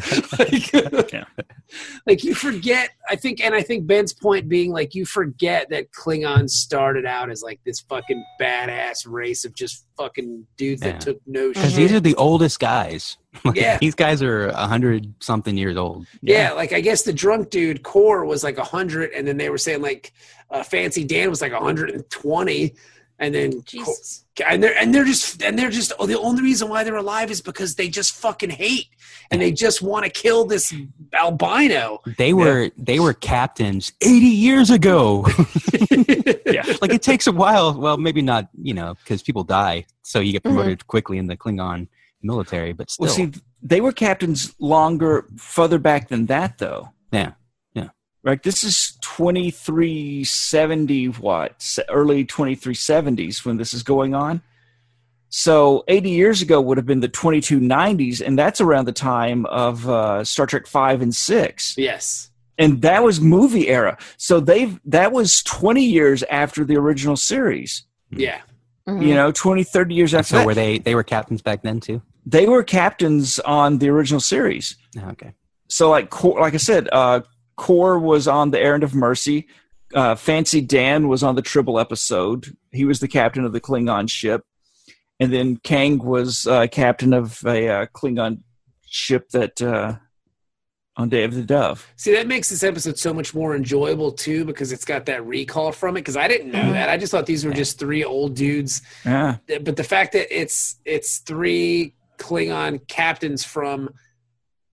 badass. like,
Yeah.
[LAUGHS] like you forget, I think, and I think Ben's point being like you forget that Klingons started out as like this fucking badass race of just fucking dudes
Yeah.
that took no
Mhm.
Because
shit.
these are the oldest guys. [LAUGHS] Like,
Yeah.
These guys are a hundred something years old.
Yeah, like I guess the drunk dude core was like 100, and then they were saying like uh, Fancy Dan was like 120, and then
Mm-hmm. Jesus.
and they're and they're just and they're just oh, the only reason why they're alive is because they just fucking hate and they just want to kill this albino.
They were they were captains eighty years
[LAUGHS]
ago. like it takes a while. Well, maybe not, you know, because people die, so you get promoted quickly in the Klingon military. But still,
Well, see, they were captains longer, further back than that, though.
Yeah, yeah.
Right. This is twenty three seventy what s- early twenty three seventies when this is going on. So eighty years ago would have been the twenty two nineties, and that's around the time of uh, Star Trek five and six,
yes,
and that was movie era. So they've that was twenty years after the original series.
yeah,
Mhm.
You
[LAUGHS]
know, 20, 30 years
And
after
so
that,
were they? They were captains back then too.
they were captains on the original series.
Oh, okay.
so like Cor- like I said, uh, Core was on the Errand of Mercy. Uh, Fancy Dan was on the Tribble episode. He was the captain of the Klingon ship, and then Kang was uh, captain of a uh, Klingon ship that uh, on Day of the Dove.
see that makes this episode so much more enjoyable too because it's got that recall from it. Because I didn't know
Mhm.
that. I just thought these were just three old dudes
Yeah,
th- but the fact that it's it's three Klingon captains from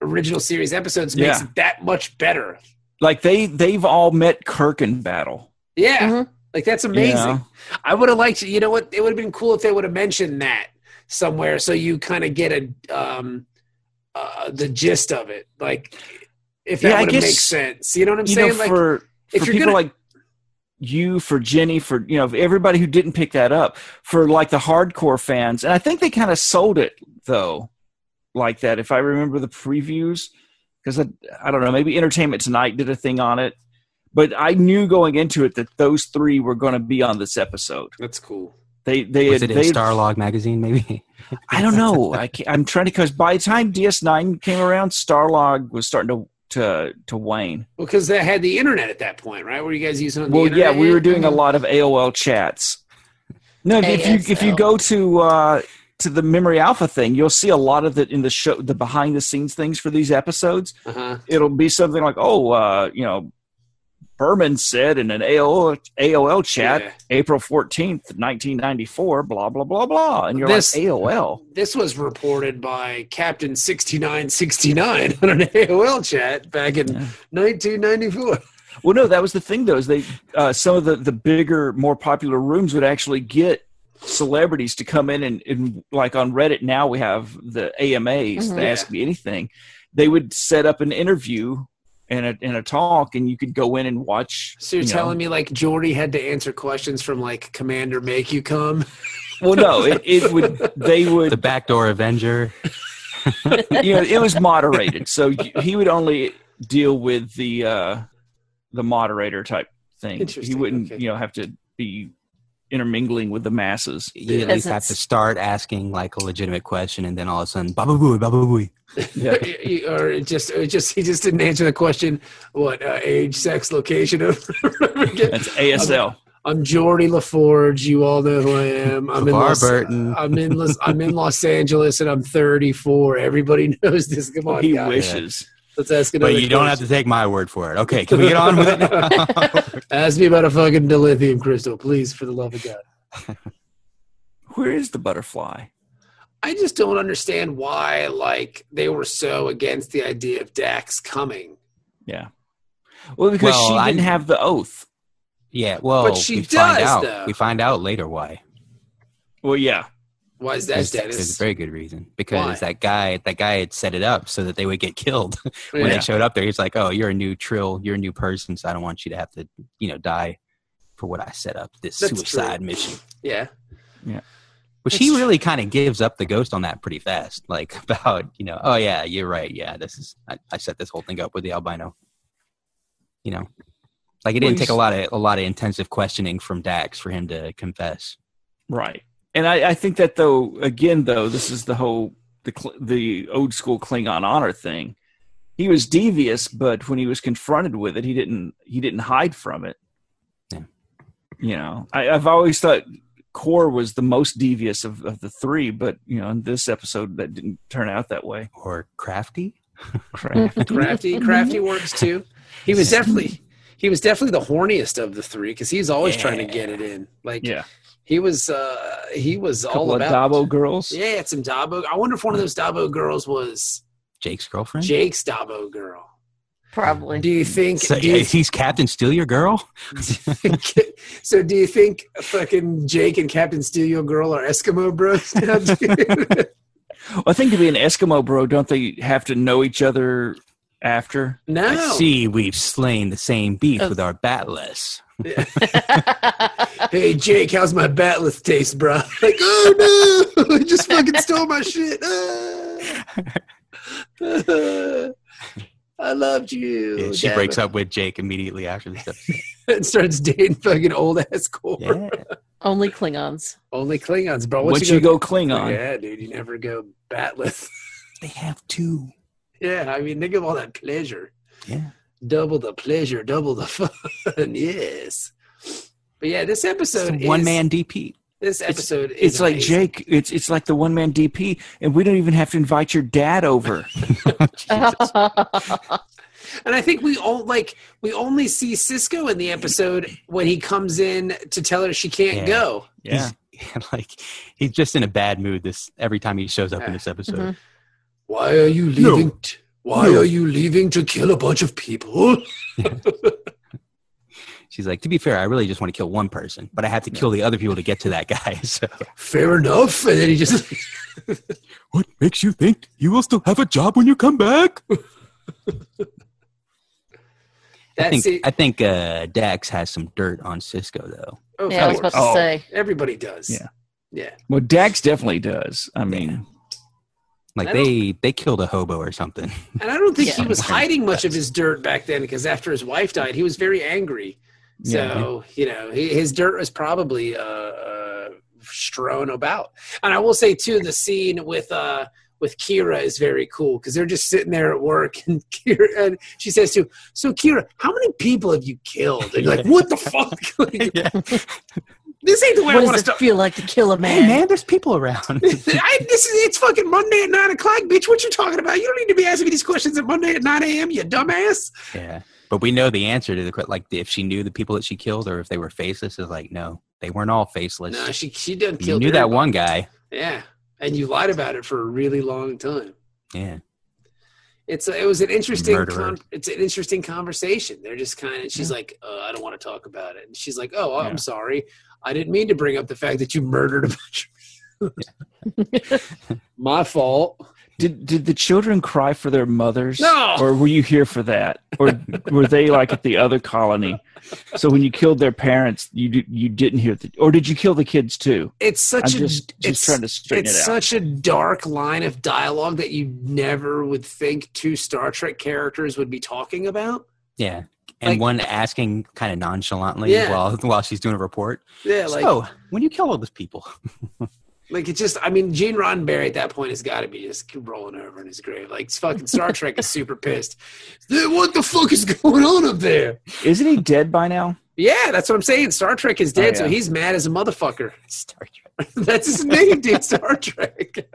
original series episodes makes
Yeah.
it that much better.
like they they've all met Kirk in battle.
Yeah,
Mhm.
like that's
you
amazing.
know?
I would have liked you know what it would have been cool if they would have mentioned that somewhere so you kind of get a um uh, the gist of it like if that
Yeah, I
would
guess-
make sense. You know what I'm
You know,
saying? like
for
if
for
you're
people
gonna-
like you, for Jenny, for you know, for everybody who didn't pick that up, for like the hardcore fans, and I think they kind of sold it though, like that. If I remember the previews, because I, I don't know, maybe Entertainment Tonight did a thing on it, but I knew going into it that those three were going to be on this episode.
that's cool.
They they
Was it in
they-
Starlog magazine? Maybe.
I don't know. I can't, I'm trying to because by the time DS9 came around, Starlog was starting to to to wane.
Well, because they had the internet at that point, right? Were you guys using it on the
Well, yeah,
internet
we
yet?
were doing a lot of AOL chats. No, if you if you
ASL.
go to uh, to the Memory Alpha thing, you'll see a lot of it in the show, the behind the scenes things for these episodes.
Uh-huh.
It'll be something like, oh, uh, you know, Berman said in an AOL AOL chat,
Yeah.
April fourteenth, nineteen ninety four, blah blah blah blah, and you're
This-
like AOL.
This was reported by Captain 6969 [LAUGHS] on an AOL chat back in 1994.
Well, no, that was the thing though. Is they uh, some of the the bigger, more popular rooms would actually get celebrities to come in and, and like on Reddit now we have the AMAs,
Mm-hmm.
Mhm.
the Ask Me Anything. They would set up an interview and a and a talk, and you could go in and watch.
So you're
you know.
telling me like Jordy had to answer questions from like Commander Make You Come?
Well, no, it, it
[LAUGHS]
would. They
[LAUGHS] The
would.
backdoor Avenger.
You know, it was moderated, so you, he would only deal with the uh, the moderator type thing. He
Interesting,
wouldn't,
okay.
you know, have to be intermingling with the masses.
You at
Yeah.
least have to
Peasants.
start asking like a legitimate question, and then all of a sudden, baba booey, baba booey.
Yeah.
Uh, or it just, it just he just didn't answer the question. What uh, age, sex, location? of- [LAUGHS]
[LAUGHS] That's ASL.
I'm Jordy LaForge. You all know who I am. I'm in
LeVar
Los,
Burton.
I'm in Los, I'm in Los Angeles, and I'm 34. Everybody [LAUGHS] knows this. Come on,
he
guys.
wishes.
Let's ask another.
But you don't have to take my word for it. Okay, can we get on with it [LAUGHS] now?
[LAUGHS] ask me about a fucking dilithium crystal, please, for the love of God.
Where is the butterfly?
I just don't understand why, like, they were so against the idea of Dax coming.
Yeah. Well, because
Well,
she
I-
didn't have the oath.
yeah, well,
But she
we find
does,
out.
though.
We find out later why.
Well, yeah.
Why is that,
There's, there's a
Dennis?
very good reason because
Why?
that guy, that guy had set it up so that they would get killed [LAUGHS] when
Yeah.
they showed up there. He's like, "Oh, you're a new trill, you're a new person, so I don't want you to have to, you know, die for what I set up this
That's
suicide
true.
mission."
yeah.
Which
That's
he
true.
really kind of gives up the ghost on that pretty fast. Like [LAUGHS] about, you know, oh yeah, you're right. Yeah, this is I, I set this whole thing up with the albino. You know, like it
Well,
didn't take a
he's-
lot of a lot of intensive questioning from Dax for him to confess.
Right. And I, I think that though, again, though, this is the whole the Kl- the old school Klingon honor thing. He was devious, but when he was confronted with it, he didn't he didn't hide from it.
Yeah.
You know, I, I've always thought Core was the most devious of, of the three, but you know, in this episode, that didn't turn out that way.
Or crafty?
Correct. [LAUGHS]
Crafty, Crafty works too. He was definitely he was definitely the horniest of the three because he's always trying to get it in. Like
yeah.
he was uh he was all
Couple of
about
Dabo girls.
Yeah, it's some Dabo. I wonder if one of those Dabo girls was
Jake's girlfriend?
Jake's Dabo girl.
Probably.
Do you think?
So,
do you
yeah, he's Captain Steal Your Girl?
think [LAUGHS] so do you think fucking Jake and Captain Steal Your Girl are Eskimo bros
[LAUGHS]
now, dude?
Well, I think to be an Eskimo bro, don't they have to know each other after?
I
no.
see we've slain the same beef
Oh.
with our batless.
Hey Jake, how's my batless taste, bro? [LAUGHS] Like, oh no, [LAUGHS] he just fucking stole my shit. Ah. [LAUGHS] I loved you.
Yeah, she breaks up with Jake immediately after this episode.
[LAUGHS] and starts dating fucking old ass core.
Yeah.
[LAUGHS] Only Klingons.
Only Klingons, bro.
Once you go Klingon,
yeah, dude, you never go batless.
They have two.
[LAUGHS] Yeah, I mean, think of all that pleasure.
Yeah.
Double the pleasure, double the [LAUGHS] fun. yes. But yeah,
It's
this episode
a
is
one man DP.
This episode is
It's like
amazing.
Jake. It's it's like the one man DP, and we don't even have to invite your dad
[LAUGHS]
over.
[LAUGHS]
Jesus.
and I think we all like we only see Cisco in the episode when he comes in to tell her she can't
Yeah.
go.
[LAUGHS] He's, like he's just in a bad mood this every time he shows up in this episode.
Mhm.
Why are you
No.
leaving? t- why
No.
are you leaving to kill a bunch of people?
She's like, to be fair, I really just want to kill one person, but I have to kill the other people to get to that guy. [LAUGHS] So
Fair enough. And then he just
what makes you think you will still have a job when you come back? I
that's
think
it.
I think uh, Dax has some dirt on Cisco though.
Oh,
yeah, I was
of
about
course.
to
Oh.
say.
Everybody does.
Yeah.
Yeah.
Well, Dax definitely does. I mean,
Like
I don't-
they they killed a hobo or something.
And I don't think
Yeah. [LAUGHS]
he was hiding much of his dirt back then because after his wife died, he was very angry. So, you know, he, his dirt was probably uh, uh, strewn about. And I will say, too, the scene with. Uh, with Kira is very cool because they're just sitting there at work [LAUGHS] and Kira and she says to him, so Kira how many people have you killed and you're like what the fuck [LAUGHS] Like,
[LAUGHS] yeah.
this ain't the
What
way I
does
want
it
to start
feel like to kill a man?
Hey man, there's people
[LAUGHS]
around.
I, this is it's fucking Monday at nine o'clock bitch what you talking about you don't need to be asking me these questions at Monday at nine a.m. you dumbass
yeah. But we know the answer to the que- like if she knew the people that she killed or if they were faceless is like no, they weren't all faceless.
No, she she done
you
killed.
knew that
everybody.
one guy.
Yeah, and you lied about it for a really long time.
Yeah.
It's a, it was an interesting
Murderer.
con- it's an interesting conversation. They're just kind of she's like, uh, I don't want to talk about it, and she's like, Oh, I'm
Yeah.
sorry, I didn't mean to bring up the fact that you murdered a bunch.
[LAUGHS]
of My fault.
did did the children cry for their mothers?
No!
Or were you here for that? Or were they like at the other colony? So when you killed their parents, you d- you didn't hear the, or did you kill the kids too?
It's such
I'm
a
just
it's,
just trying to straighten
it's
it out.
such a dark line of dialogue that you never would think two Star Trek characters would be talking about.
Yeah. And
Like-
one asking kind of nonchalantly
Yeah.
while [LAUGHS] while she's doing a report.
Yeah, like
so, when you kill all those
[LAUGHS]
people,
Like it's just, I mean, Gene Roddenberry at that point has got to be just rolling over in his grave. Like it's fucking Star Trek is super pissed. [LAUGHS] Dude, What the fuck is going on up there?
Isn't he dead by now?
Yeah, that's what I'm saying. Star Trek is dead,
Oh,
so
yeah.
he's mad
[LAUGHS]
as a motherfucker. [LAUGHS]
Star Trek.
that's his name, dude. Star Trek.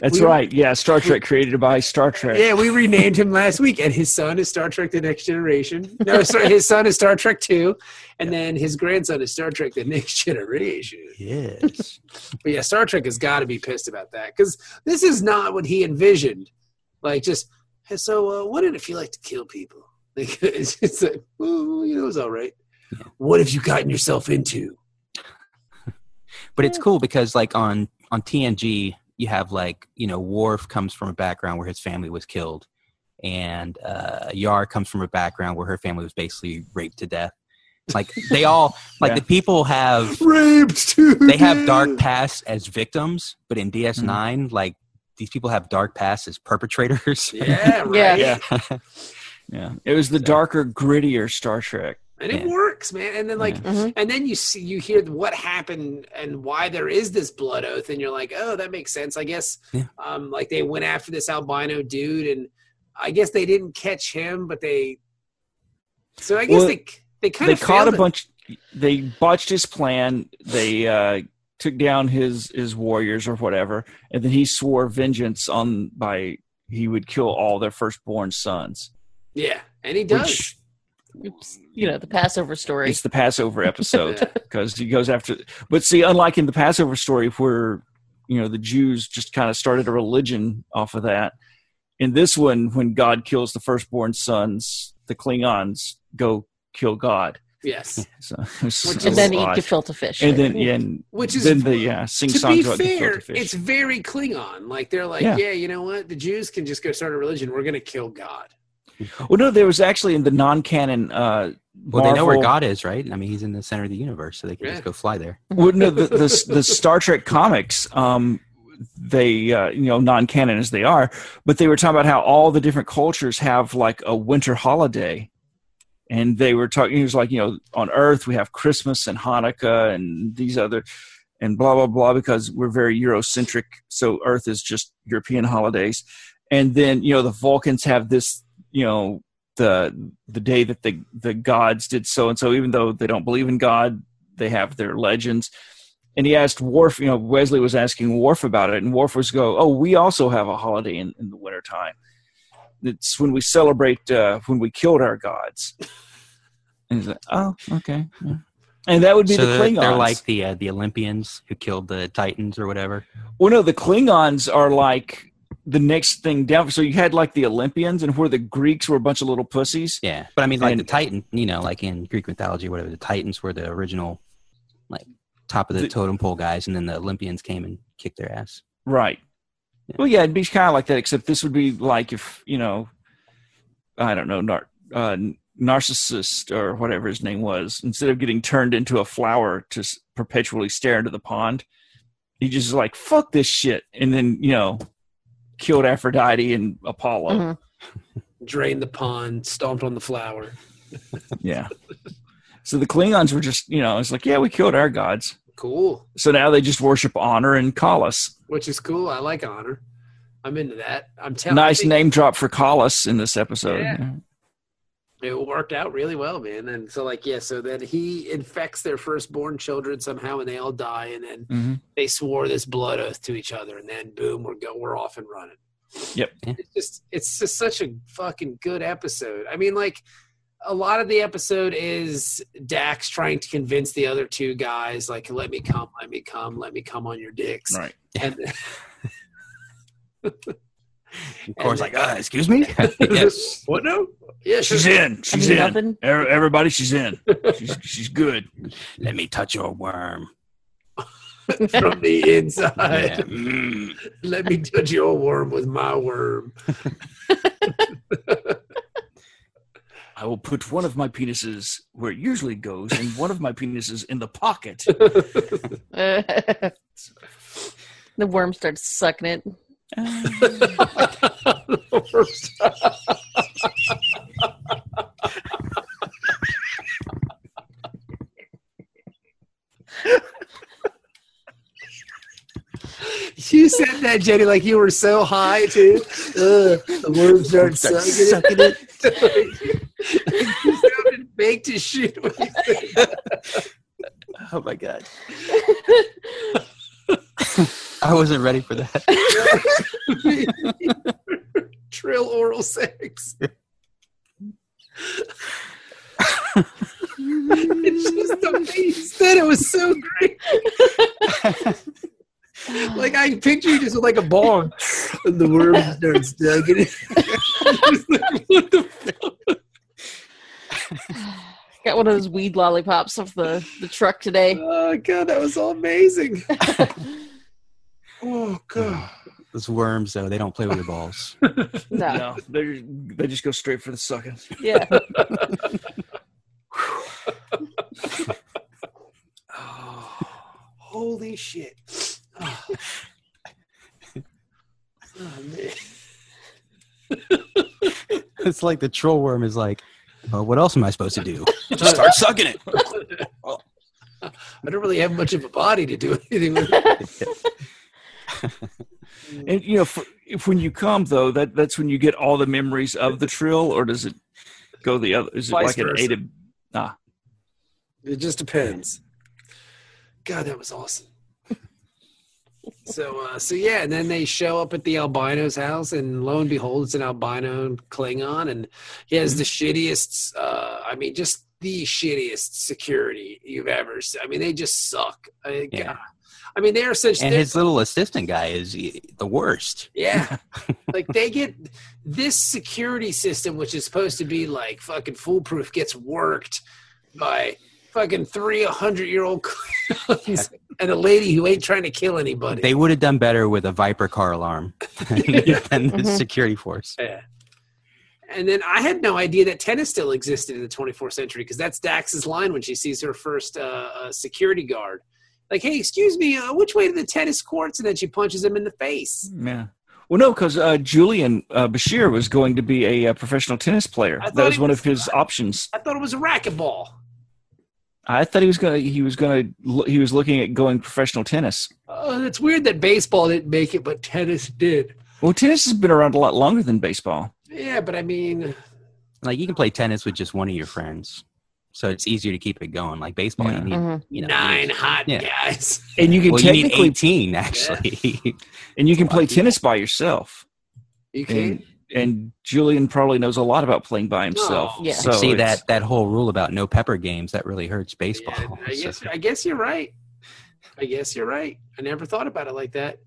That's
We-
right. Yeah, Star Trek created by Star Trek.
Yeah, we renamed him last week, and his son is Star Trek: The Next Generation. No, sorry, his son is Star Trek Two, and then his grandson is Star Trek: The Next Generation.
Yes.
But yeah, Star Trek has got to be pissed about that because this is not what he envisioned. Like, just "Hey, so, uh, what did it feel like to kill people? [LAUGHS] Like, it's, it's like, well, you know, it was all right. What have you gotten yourself into?
but it's cool because like on on TNG you have like you know Worf comes from a background where his family was killed, and uh, Yar comes from a background where her family was basically raped to death. Like
[LAUGHS]
they all like
Yeah.
the people have
Raped to
they have
death.
dark pasts as victims, but in DS9 like these people have dark pasts as perpetrators. [LAUGHS]
Yeah, right.
Yeah.
Yeah. Yeah. It was the darker, grittier Star Trek.
and it
Yeah.
works, man. And then like,
Mhm.
and then you see, you hear what happened and why there is this blood oath, and you're like, oh, that makes sense, I guess.
Yeah.
Um, like they went after this albino dude, and I guess they didn't catch him, but they. So I guess
Well,
they they kind
they
of
caught a
failed it.
bunch. They botched his plan. They uh, took down his his warriors or whatever, and then he swore vengeance on by he would kill all their firstborn sons.
Yeah, and he does.
Which
Oops. You know, the Passover story.
it's the Passover episode because he goes after. But see, unlike in the Passover story where you know the Jews just kind of started a religion off of that, in this one, when God kills the firstborn sons, the Klingons go kill God.
[LAUGHS] yes,
So it was
Which
a
and then eat
lot.
gefilte fish.
and then yeah, and
Which is-
then the yeah sing
to
song
be
about
fair,
the fish.
it's very Klingon. Like they're like, yeah.
Yeah.
you know what? The Jews can just go start a religion. We're gonna kill God.
Well, no, there was actually in the non-canon. Uh,
Well, they know where
Marvel-
God is, right? I mean, he's in the center of the universe, so they can
Yeah.
just go fly there.
Well, no, the, the the Star Trek comics, um, they uh, you know non-canon as they are, but they were talking about how all the different cultures have like a winter holiday, and they were talking. It was like you know on Earth we have Christmas and Hanukkah and these other and blah blah blah because we're very Eurocentric, so Earth is just European holidays, and then you know the Vulcans have this you know the the day that the the gods did so and so even though they don't believe in god they have their legends. And he asked Worf, you know, Wesley was asking Worf about it, and Worf was go, oh, we also have a holiday in, in the wintertime. It's when we celebrate uh, when we killed our gods. And he's like, oh, okay. yeah." And that would be
So
the
they're,
Klingons.
they're like the uh, the Olympians who killed the Titans or whatever.
well, no, the Klingons are like the next thing down. So you had like the Olympians, and where the Greeks were a bunch of little pussies.
Yeah, but I mean, like the
And-
Titan, you know, like in Greek mythology, whatever. The Titans were the original, like top of the,
The-
totem pole guys, and then the Olympians came and kicked their ass.
Right.
Yeah.
Well, yeah, it'd be kind of like that, except this would be like if you know, I don't know, nar- uh, narcissist or whatever his name was. Instead of getting turned into a flower to s- perpetually stare into the pond, he just is like fuck this shit, and then you know, killed Aphrodite and Apollo.
Mhm.
Drain the pond, stomped on the flower.
Yeah. [LAUGHS] so the Klingons were just you know, it's like yeah, we killed our gods,
Cool,
so now they just worship honor and Kallus.
which is cool. I like honor. I'm into that. I'm telling. I
Nice
think-
name drop for Kallus in this episode.
Yeah.
Yeah.
it worked out really well, man. And so, like, yeah, so then he infects their firstborn children somehow, and they all die. And then
Mhm.
they swore this blood oath to each other, and then boom, we're go, we're off and running.
Yep.
Yeah.
It's just, it's just such a fucking good episode. I mean, like, a lot of the episode is Dax trying to convince the other two guys, like, let me come, let me come, let me come on your dicks.
Right.
And,
Of course,
then-
like, uh, excuse me. yes.
what no? Yeah, sure.
She's in. She's
mean,
in.
nothing.
Ev- Everybody, she's in. She's, she's good.
Let me touch your [LAUGHS] worm.
from [LAUGHS] the inside.
Yeah. Mm.
Let me touch your worm with my worm.
I will put one of my penises where it usually goes, and one of my penises in the pocket.
[LAUGHS] the worm starts sucking it.
[LAUGHS]
[SIGHS]
you said that, Jenny, like you were so high too. Ugh, the worm starts
Start
sucking
sucking it.
it. [LAUGHS] you sounded baked as shit when you said
Oh my god. I wasn't ready for that. [LAUGHS] [SIGHS]
Trill oral sex. [LAUGHS] it's just the way you said it was so great. Like I picture you just with like a bong, and the worm starts digging. in. Just like, what the fuck?
Got one of those weed lollipops off the, the truck today.
Oh god, that was all amazing. oh
[SIGHS]
god.
Those worms, though, they don't play with your balls.
No.
No, they they just go straight for the sucker.
Yeah.
Oh, Holy shit. Oh. Oh, man.
it's like the troll worm is like, well, what else am I supposed to do? Just start sucking it.
I don't really have much of a body to do anything with.
[LAUGHS]
[LAUGHS]
And you know, for, if when you come though, that that's when you get all the memories of the trill, or does it go the other? Is it
Vice
like an
versa.
eight? Of, ah,
It just depends. God, that was awesome. so, uh, so yeah, and then they show up at the albino's house, and lo and behold, it's an albino Klingon, and he has the shittiest. Uh, I mean, just the shittiest security you've ever. se- I mean, they just suck. I,
Yeah.
God. I mean, they're such.
And
they're-
his little assistant guy is eh, the worst.
yeah. like they get this security system, which is supposed to be like fucking foolproof, gets worked by fucking 300 year old clowns and a lady who ain't trying to kill anybody.
They would have done better with a Viper car alarm than the
Mhm.
security force.
yeah. And then I had no idea that tennis still existed in the 24th century because that's Dax's line when she sees her first uh, uh, security guard. Like, hey, excuse me, uh, which way to the tennis courts? And then she punches him in the face.
yeah. Well, no, because uh, Julian uh, Bashir was going to be a, uh professional tennis player.
I
That
thought
was
he
one
was-
of his options.
I thought it was a racquetball.
I thought he was gonna. He was gonna. lo- He was looking at going professional tennis.
Oh, it's weird that baseball didn't make it, but tennis did.
Well, tennis has been around a lot longer than baseball.
Yeah, but I mean,
Like you can play tennis with just one of your friends, so it's easier to keep it going. Like baseball,
Yeah.
you need
Mhm.
you know,
nine hot
Yeah.
guys.
And you
You
can
need, well, you need
technically
eighteen actually. [LAUGHS]
and you can play tennis by yourself.
You can.
And, and Julian probably knows a lot about playing by himself.
No.
Yeah.
So
See
it's-
that that whole rule about no pepper games that really hurts baseball.
Yeah,
[LAUGHS]
I
So-
guess I guess you're right. I guess you're right. I never thought about it like that.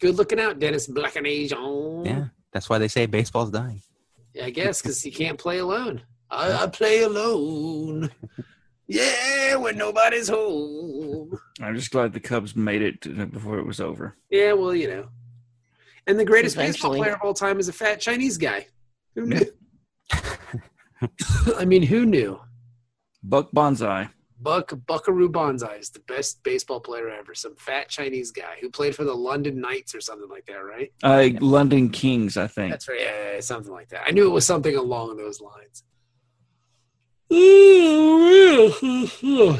Good looking out, Dennis Black and Age.
yeah, that's why they say baseball's dying.
I guess because he can't play alone. I, I play alone. Yeah, when nobody's home.
I'm just glad the Cubs made it to- before it was over.
Yeah, well, you know. And the greatest baseball
Eventually.
player of all time is a fat Chinese guy. Who knew? I mean, who knew?
Buck Bonsai.
Buck Buckaroo Banzai is the best baseball player ever. Some fat Chinese guy who played for the London Knights or something like that, right?
Uh, London Kings, I think.
That's right. Yeah, yeah, yeah, something like that. I knew it was something along those [LAUGHS] lines.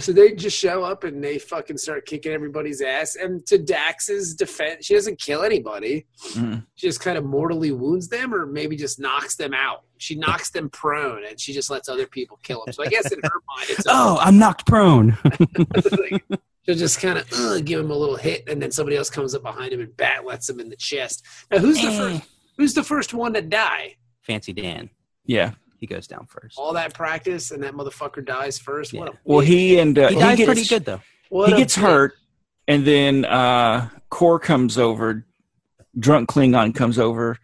so they just show up and they fucking start kicking everybody's ass. And to Dax's defense, she doesn't kill anybody.
Mm.
She just kind of mortally wounds them or maybe just knocks them out. She knocks them prone and she just lets other people kill them. So I guess in her mind, it's
Oh, I'm knocked prone. [LAUGHS]
[LAUGHS] like, she'll just kind of uh, give him a little hit, and then somebody else comes up behind him and bat lets him in the chest. Now, who's the first? Who's the first one to die?
Fancy Dan,
Yeah.
he goes down first.
All that practice, and that motherfucker dies first. What? A,
Well, he and uh,
He dies
gets,
pretty good though.
what
He
a-
gets hurt, and then uh, Core comes over. Drunk Klingon comes over,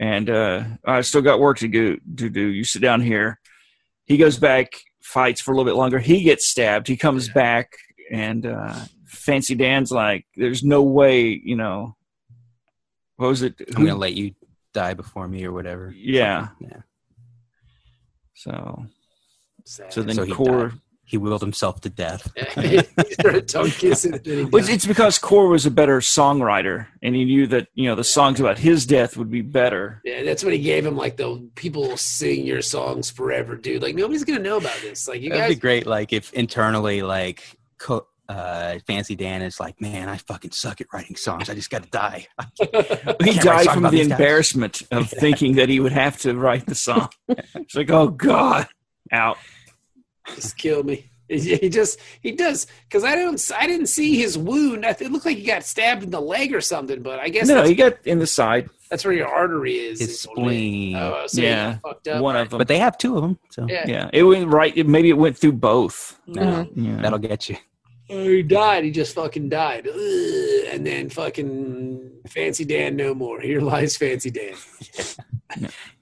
and uh, I still got work to go to do. You sit down here. He goes back, fights for a little bit longer. He gets stabbed. He comes back, and uh, Fancy Dan's like, "There's no way, you know." What was it?
I'm
Who-
gonna let you die before me or whatever.
yeah.
Yeah.
So
Sad.
so then
So he
Core.
He willed himself to death.
[LAUGHS] he started tongue kissing. and then he
Well, it's-
died.
it's because Core was a better songwriter, and he knew that you know the songs about his death would be
[LAUGHS]
better.
Yeah, that's when he gave him like the people will sing your songs forever, dude. Like nobody's gonna know about this. Like you
That'd be
guys,
great. Like if internally, like co- uh, Fancy Dan is like, man, I fucking suck at writing songs. I just got
[LAUGHS]
to die.
He
Can't write a
died
song
from
about
the
these guys.
embarrassment
[LAUGHS]
of thinking that he would have to write the song. it's like, oh god, out.
[LAUGHS] just kill me. He just he does because I don't I didn't see his wound. I th- It looked like he got stabbed in the leg or something. But I guess
no,
that's,
he got in the side.
that's where your artery is.
His
is what it is.
spleen.
Oh, so yeah,
Yeah.
fucked up.
One of them.
But they have two of them, so
Yeah.
yeah, it went right. It, maybe it went through both.
Mm-hmm.
no,
Yeah.
that'll get you.
Oh, he died. He just fucking died. Ugh. And then fucking Fancy Dan no more. [LAUGHS] Here lies Fancy Dan.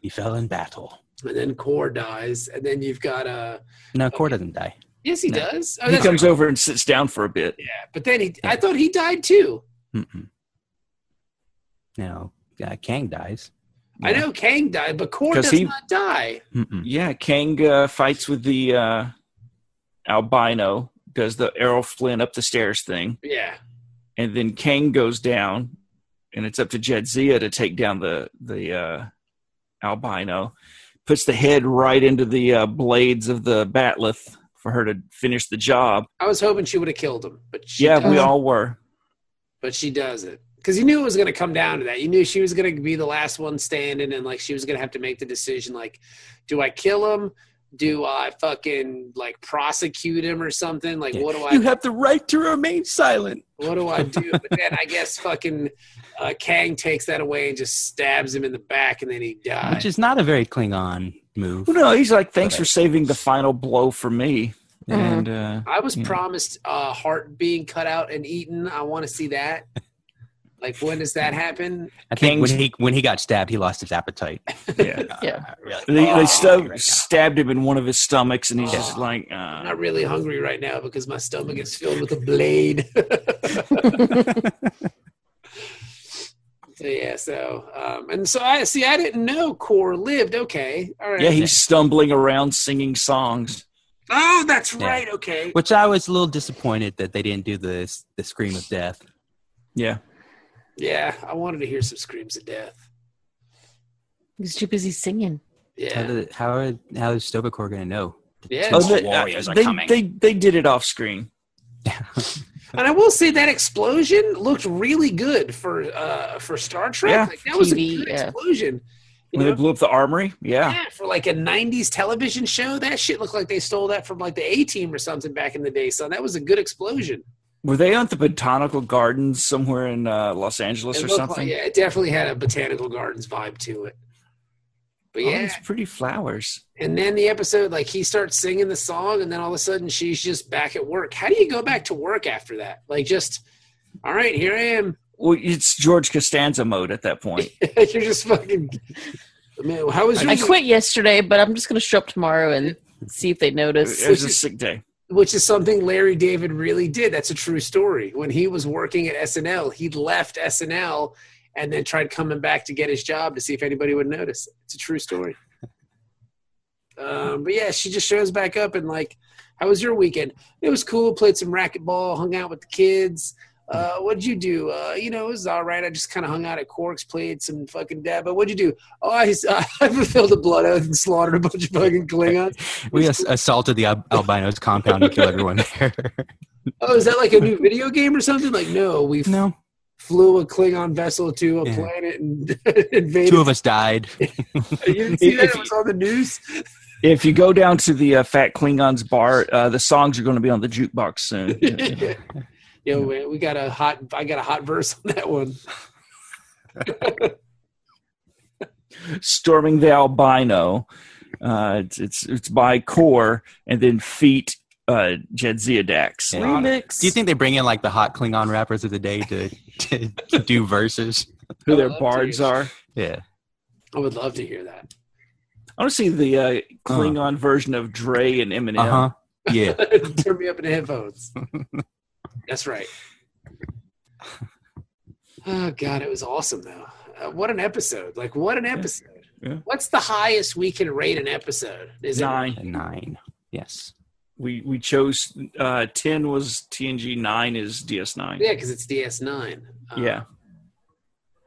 He fell in battle.
And then Core dies. And then you've got Uh,
No, Core doesn't die.
yes, he
No.
does. Oh,
he
that's
comes
right.
over and sits down for a bit.
Yeah, but then he. I thought he died too.
Mm-mm. No, uh, Kang dies.
I know Kang died, but Core
'Cause
does
he-
not die.
Mm-mm.
Yeah, Kang uh, fights with the uh, albino, does the Errol Flynn up the stairs thing,
Yeah.
and then Kang goes down, and it's up to Jedzia to take down the the uh, albino. Puts the head right into the uh, blades of the batleth for her to finish the job.
I was hoping she would have killed him, but she
yeah, we
doesn't.
all were.
but she does it because you knew it was going to come down to that. You knew she was going to be the last one standing, and like she was going to have to make the decision: like, do I kill him? Do I fucking like prosecute him or something? Like,
Yeah.
what do I?
You have the right to remain silent.
what do I do? But then I guess fucking uh, Kang takes that away and just stabs him in the back, and then he dies.
Which is not a very Klingon move.
Well, no, he's like, thanks
Okay.
for saving the final blow for me.
Mhm.
And
[LAUGHS]
uh,
I was
Yeah.
promised uh, heart being cut out and eaten. I want to see that. Like, when does that happen?
I think when
Kang's-
he when he got stabbed, he lost his appetite.
yeah,
Yeah.
Uh, really.
they,
Oh,
they stu-
right now.
stabbed him in one of his stomachs, and he's just
Oh.
like,
I'm
uh,
not really hungry right now because my stomach is
[LAUGHS]
filled with a blade. [LAUGHS] so yeah, so um, and so I see. I didn't know Core lived. Okay, all right.
yeah, he's stumbling around singing songs.
oh, that's
Yeah.
right. Okay,
Which I was a little disappointed that they didn't do the the scream of death.
Yeah,
yeah. I wanted to hear some screams of death.
He's too busy singing.
How
Yeah,
did, how are, how is Stobacor going to know?
yeah.
Oh,
Those
they,
warriors are
they,
coming.
they they did it off screen.
And I will say that explosion looked really good for uh, for Star Trek.
Yeah.
like, that was
TV,
a good
yeah.
explosion. You
When
know?
they blew up the armory, yeah,
Yeah, for like a '90s television show, that shit looked like they stole that from like the A Team or something back in the day. Son, that was a good explosion.
were they at the botanical gardens somewhere in uh, Los Angeles
It
or
looked
something?
Like, yeah, it definitely had a botanical gardens vibe to it. But
All
yeah,
these Oh, pretty flowers.
and then the episode, like he starts singing the song, and then all of a sudden she's just back at work. How do you go back to work after that? Like, just all right, here I am. [LAUGHS]
Well, it's George Costanza mode at that point.
You're just fucking. Man, how was your
I quit yesterday, but I'm just going to show up tomorrow and see if they notice.
it was a sick day.
which is something Larry David really did. That's a true story. When he was working at SNL, he left SNL and then tried coming back to get his job to see if anybody would notice. It's a true story. Um, but yeah, she just shows back up and like, how was your weekend? It was cool. Played some racquetball, hung out with the kids. Uh, what'd you do? Uh, you know, it was all right. I just kind of hung out at Corks, played some fucking dab. But what'd you do? Oh, I, [LAUGHS] I fulfilled a blood oath and slaughtered a bunch of fucking Klingons.
We ass- assaulted the al- albino's compound to kill everyone there.
Oh, is that like
[LAUGHS]
a new video game or something? Like, no, we f-
no,
flew a Klingon vessel to a
Yeah.
planet and [LAUGHS] invaded.
two of us died.
you
[LAUGHS]
didn't see that?
If
It was on the news. [LAUGHS]
If you go down to the uh, Fat Klingons bar, uh, the songs are going to be on the jukebox soon.
[LAUGHS] Yo, man, we got a hot. I got a hot verse on that one.
Storming the Albino. Uh, it's, it's it's by Core and then Feet uh, Jedzia Dax.
Yeah.
Remix.
Do you think they bring in like the hot Klingon rappers of the day to, [LAUGHS] to, to do verses?
Who
I
their
love
bards
to.
are.
Yeah,
I would love to hear that.
I want to see the uh, Klingon version of Dre and Eminem.
uh
Uh-huh.
huh, yeah. [LAUGHS]
[LAUGHS] Turn me up in the headphones. That's right. Oh God, it was awesome though. Uh, what an episode! Like, what an episode.
Yeah.
What's the highest we can rate an episode? Is it
A
Nine.
Nine, yes.
We we chose uh, ten was TNG. Nine is DS9.
Yeah, because it's DS9. Um,
Yeah.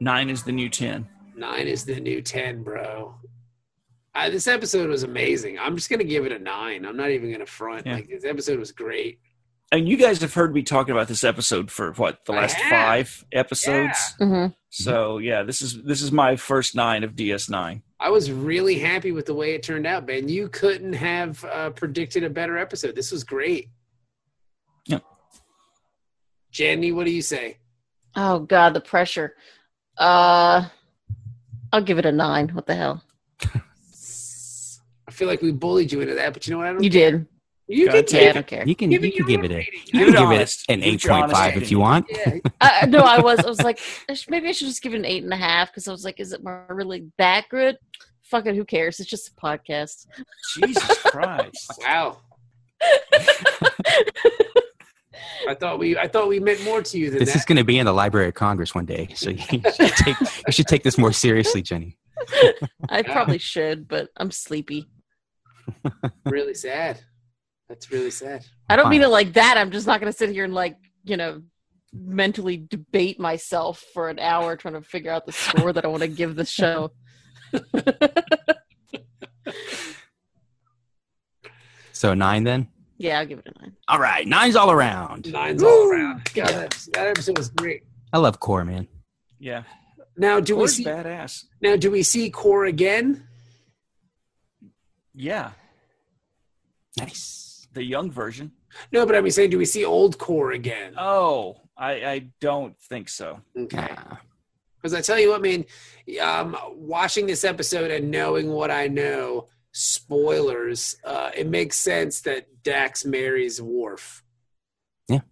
Nine is the new ten.
Nine is the new 10, bro. I, this episode was amazing. I'm just going to give it a nine. I'm not even going to front.
Yeah.
Like, this episode was great.
And you guys have heard me talking about this episode for what the
I
last
have.
five episodes.
Mhm.
So yeah, this is this is my first nine of DS9.
I was really happy with the way it turned out, Ben. You couldn't have uh, predicted a better episode. This was great.
Yeah.
Jenny, what do you say?
Oh God, the pressure. Uh, I'll give it a nine. What the hell?
I feel like we bullied you into that, but you know what? I don't
You did.
You
God
can
damn
Yeah, I
take it.
don't care.
You can
Give
you
it
can
your
give it
own
a
rating.
you
Give
can
it
give it
honest.
an
Give
eight
it your
point
honest
five if you want. [LAUGHS]
Yeah,
Uh, no, I was. I was like, I sh- maybe I should just give it an eight and a half because I was like, is it more really that good? Fuck it, who cares? It's just a podcast.
Jesus Christ.
[LAUGHS]
Wow. I thought we I thought we meant more to you than
This
that.
is going to be in the Library of Congress one day, so you [LAUGHS] should take you should take this more seriously, Jenny.
I
Yeah.
probably should, but I'm sleepy.
really sad. That's really sad.
I don't mean
Fine.
it like that. I'm just not going to sit here and like, you know, mentally debate myself for an hour trying to figure out the score that I want to give the show.
So nine then.
Yeah, I'll give it a nine.
All right, nines all around.
Nines all around. God, that, that episode was great.
I love core, man. [LAUGHS]
Yeah.
Now do we
Corey's
see
badass.
now do we see Core again?
Yeah.
Nice.
The young version.
No, but I'm saying do we see old Core again?
Oh, I, I don't think so.
Okay.
Ah,
Because I tell you what, man, um, watching this episode and knowing what I know, spoilers, uh, it makes sense that Dax marries Worf.
Mhm.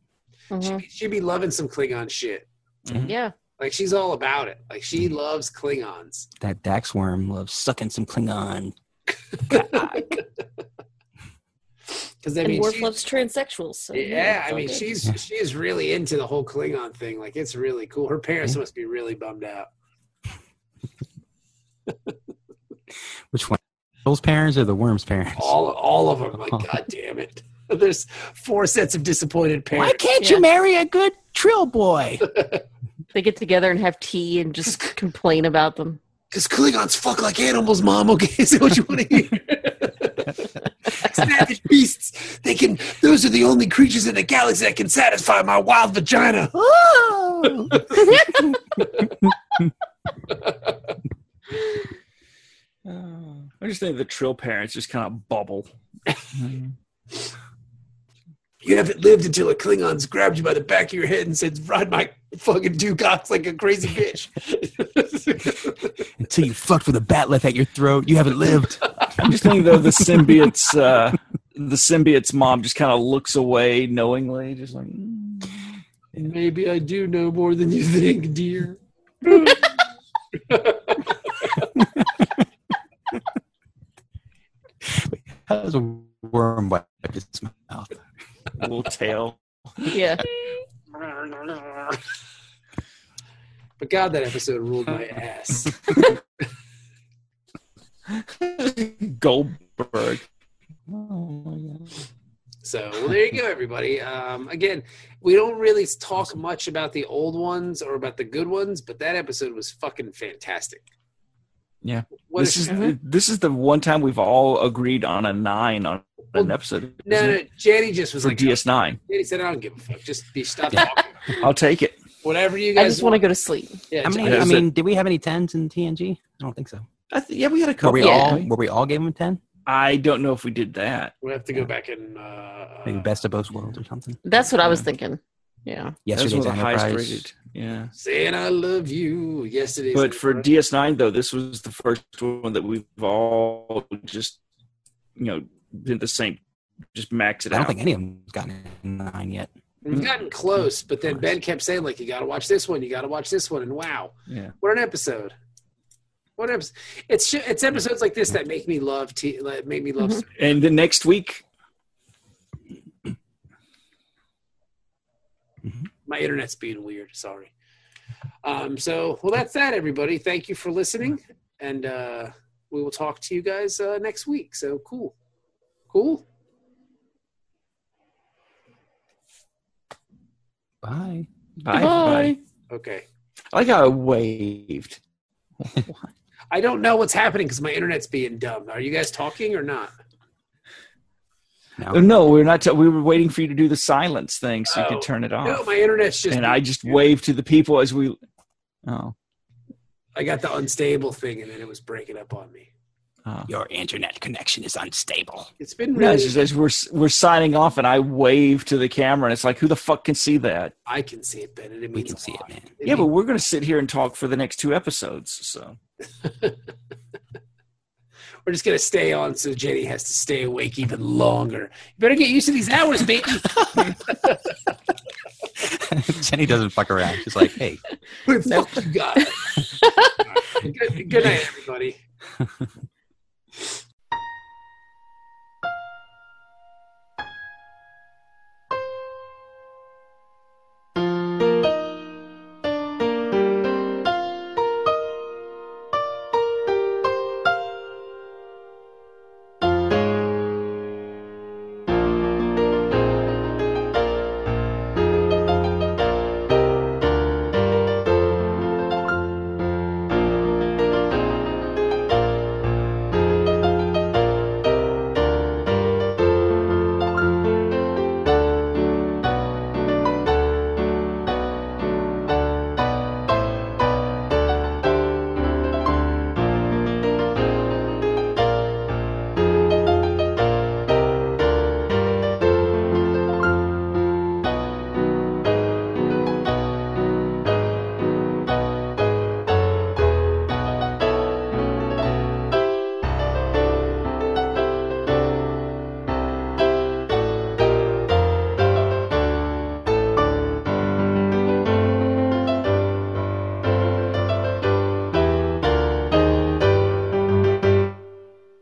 She, she'd be loving some Klingon shit.
Yeah.
Like she's all about it. Like she loves Klingons.
that Dax worm loves sucking some Klingon.
Because I
And
mean,
Worf
she-
loves transsexuals. So
[LAUGHS] yeah,
it's
I
all
mean,
good.
she's
Yeah.
she's really into the whole Klingon thing. Like it's really cool. Her parents must be really bummed out.
Which one? Joel's parents or the worm's parents?
All all of [LAUGHS] them. Like god damn it. There's four sets of disappointed parents.
Why can't
Yeah.
you marry a good
[LAUGHS]
trill boy?
they get together and have tea and
[LAUGHS]
just complain about them.
Because Klingons fuck like animals, Mom. Okay, [LAUGHS] is that what you want to hear? Savage beasts. They can. Those are the only creatures in the galaxy that can satisfy my wild vagina.
Oh! Oh.
I just think the Trill parents just kind of bubble.
You haven't lived until a Klingon's grabbed you by the back of your head and said, "Ride my fucking ducox like a crazy bitch." [LAUGHS]
Until you fucked with a batleth at your throat, you haven't lived.
I just think though the symbiote's uh, the symbiote's mom just kind of looks away knowingly, just like "Mm."
Maybe I do know more than you think, dear.
How does a worm wipe its mouth?
little tail.
Yeah.
but God, that episode ruled my ass.
Goldberg.
So well, there you go, everybody. Um, again, we don't really talk much about the old ones or about the good ones, but that episode was fucking fantastic.
Yeah.
What
this
a
is
show.
this is the one time we've all agreed on a nine on an
Well,
episode.
no,
isn't
no.
it?
Jenny just was
for
like,
DS nine.
Jenny said, "I don't give a fuck. Just be stop talking.
I'll take it.
Whatever you
I
guys
just want to go to sleep.
Yeah,
How many?
Jenny-
I
Is
mean, did we have any tens in TNG? I don't think so.
I th- yeah, we had a
Were
couple.
we
Yeah.
all? Were we all gave him a ten?
I don't know if we did that.
we have to go back and uh,
Maybe best of both worlds or something.
That's what I was
Yeah.
thinking. Yeah.
That was
Yesterday's
one of the highest
Enterprise.
rated. Yeah.
saying I love you yesterday.
But for DS9 though, this was the first one that we've all just you know did the same, just max it
I don't
out.
think any of them's gotten a nine yet.
we've gotten close, but then Ben kept saying like, "You got to watch this one. You got to watch this one." And wow,
yeah.
What an episode! What an episode! It's sh- it's episodes like this that make me love t- that make me love.
Mhm.
And the next week,
My internet's being weird. Sorry. Um. So well, that's that, everybody. Thank you for listening, and uh, we will talk to you guys uh, next week. So cool, cool.
Bye.
bye.
Oh,
everybody.
Okay.
I like how I waved.
I don't know what's happening because my internet's being dumb. Are you guys talking or not?
No.
No, we're not. T- we were waiting for you to do the silence thing so you
Oh.
could turn it off.
No, my internet's just.
and I just waved to the people as we. Oh,
I got the unstable thing, and then it was breaking up on me.
Your internet connection is unstable.
It's been
uh, No,
really.
it's just, it's- we're we're signing off, and I wave to the camera, and it's like, who the fuck can see that?
I can see it, Ben, and it
We
means
can
a
see it,
lot.
man.
It
yeah, but
means-
we're gonna sit here and talk for the next two episodes. So
we're just gonna stay on, so Jenny has to stay awake even longer. You better get used to these hours, baby.
[LAUGHS] Jenny doesn't fuck around. She's like, hey,
Fuck you, God. Good- good night, everybody.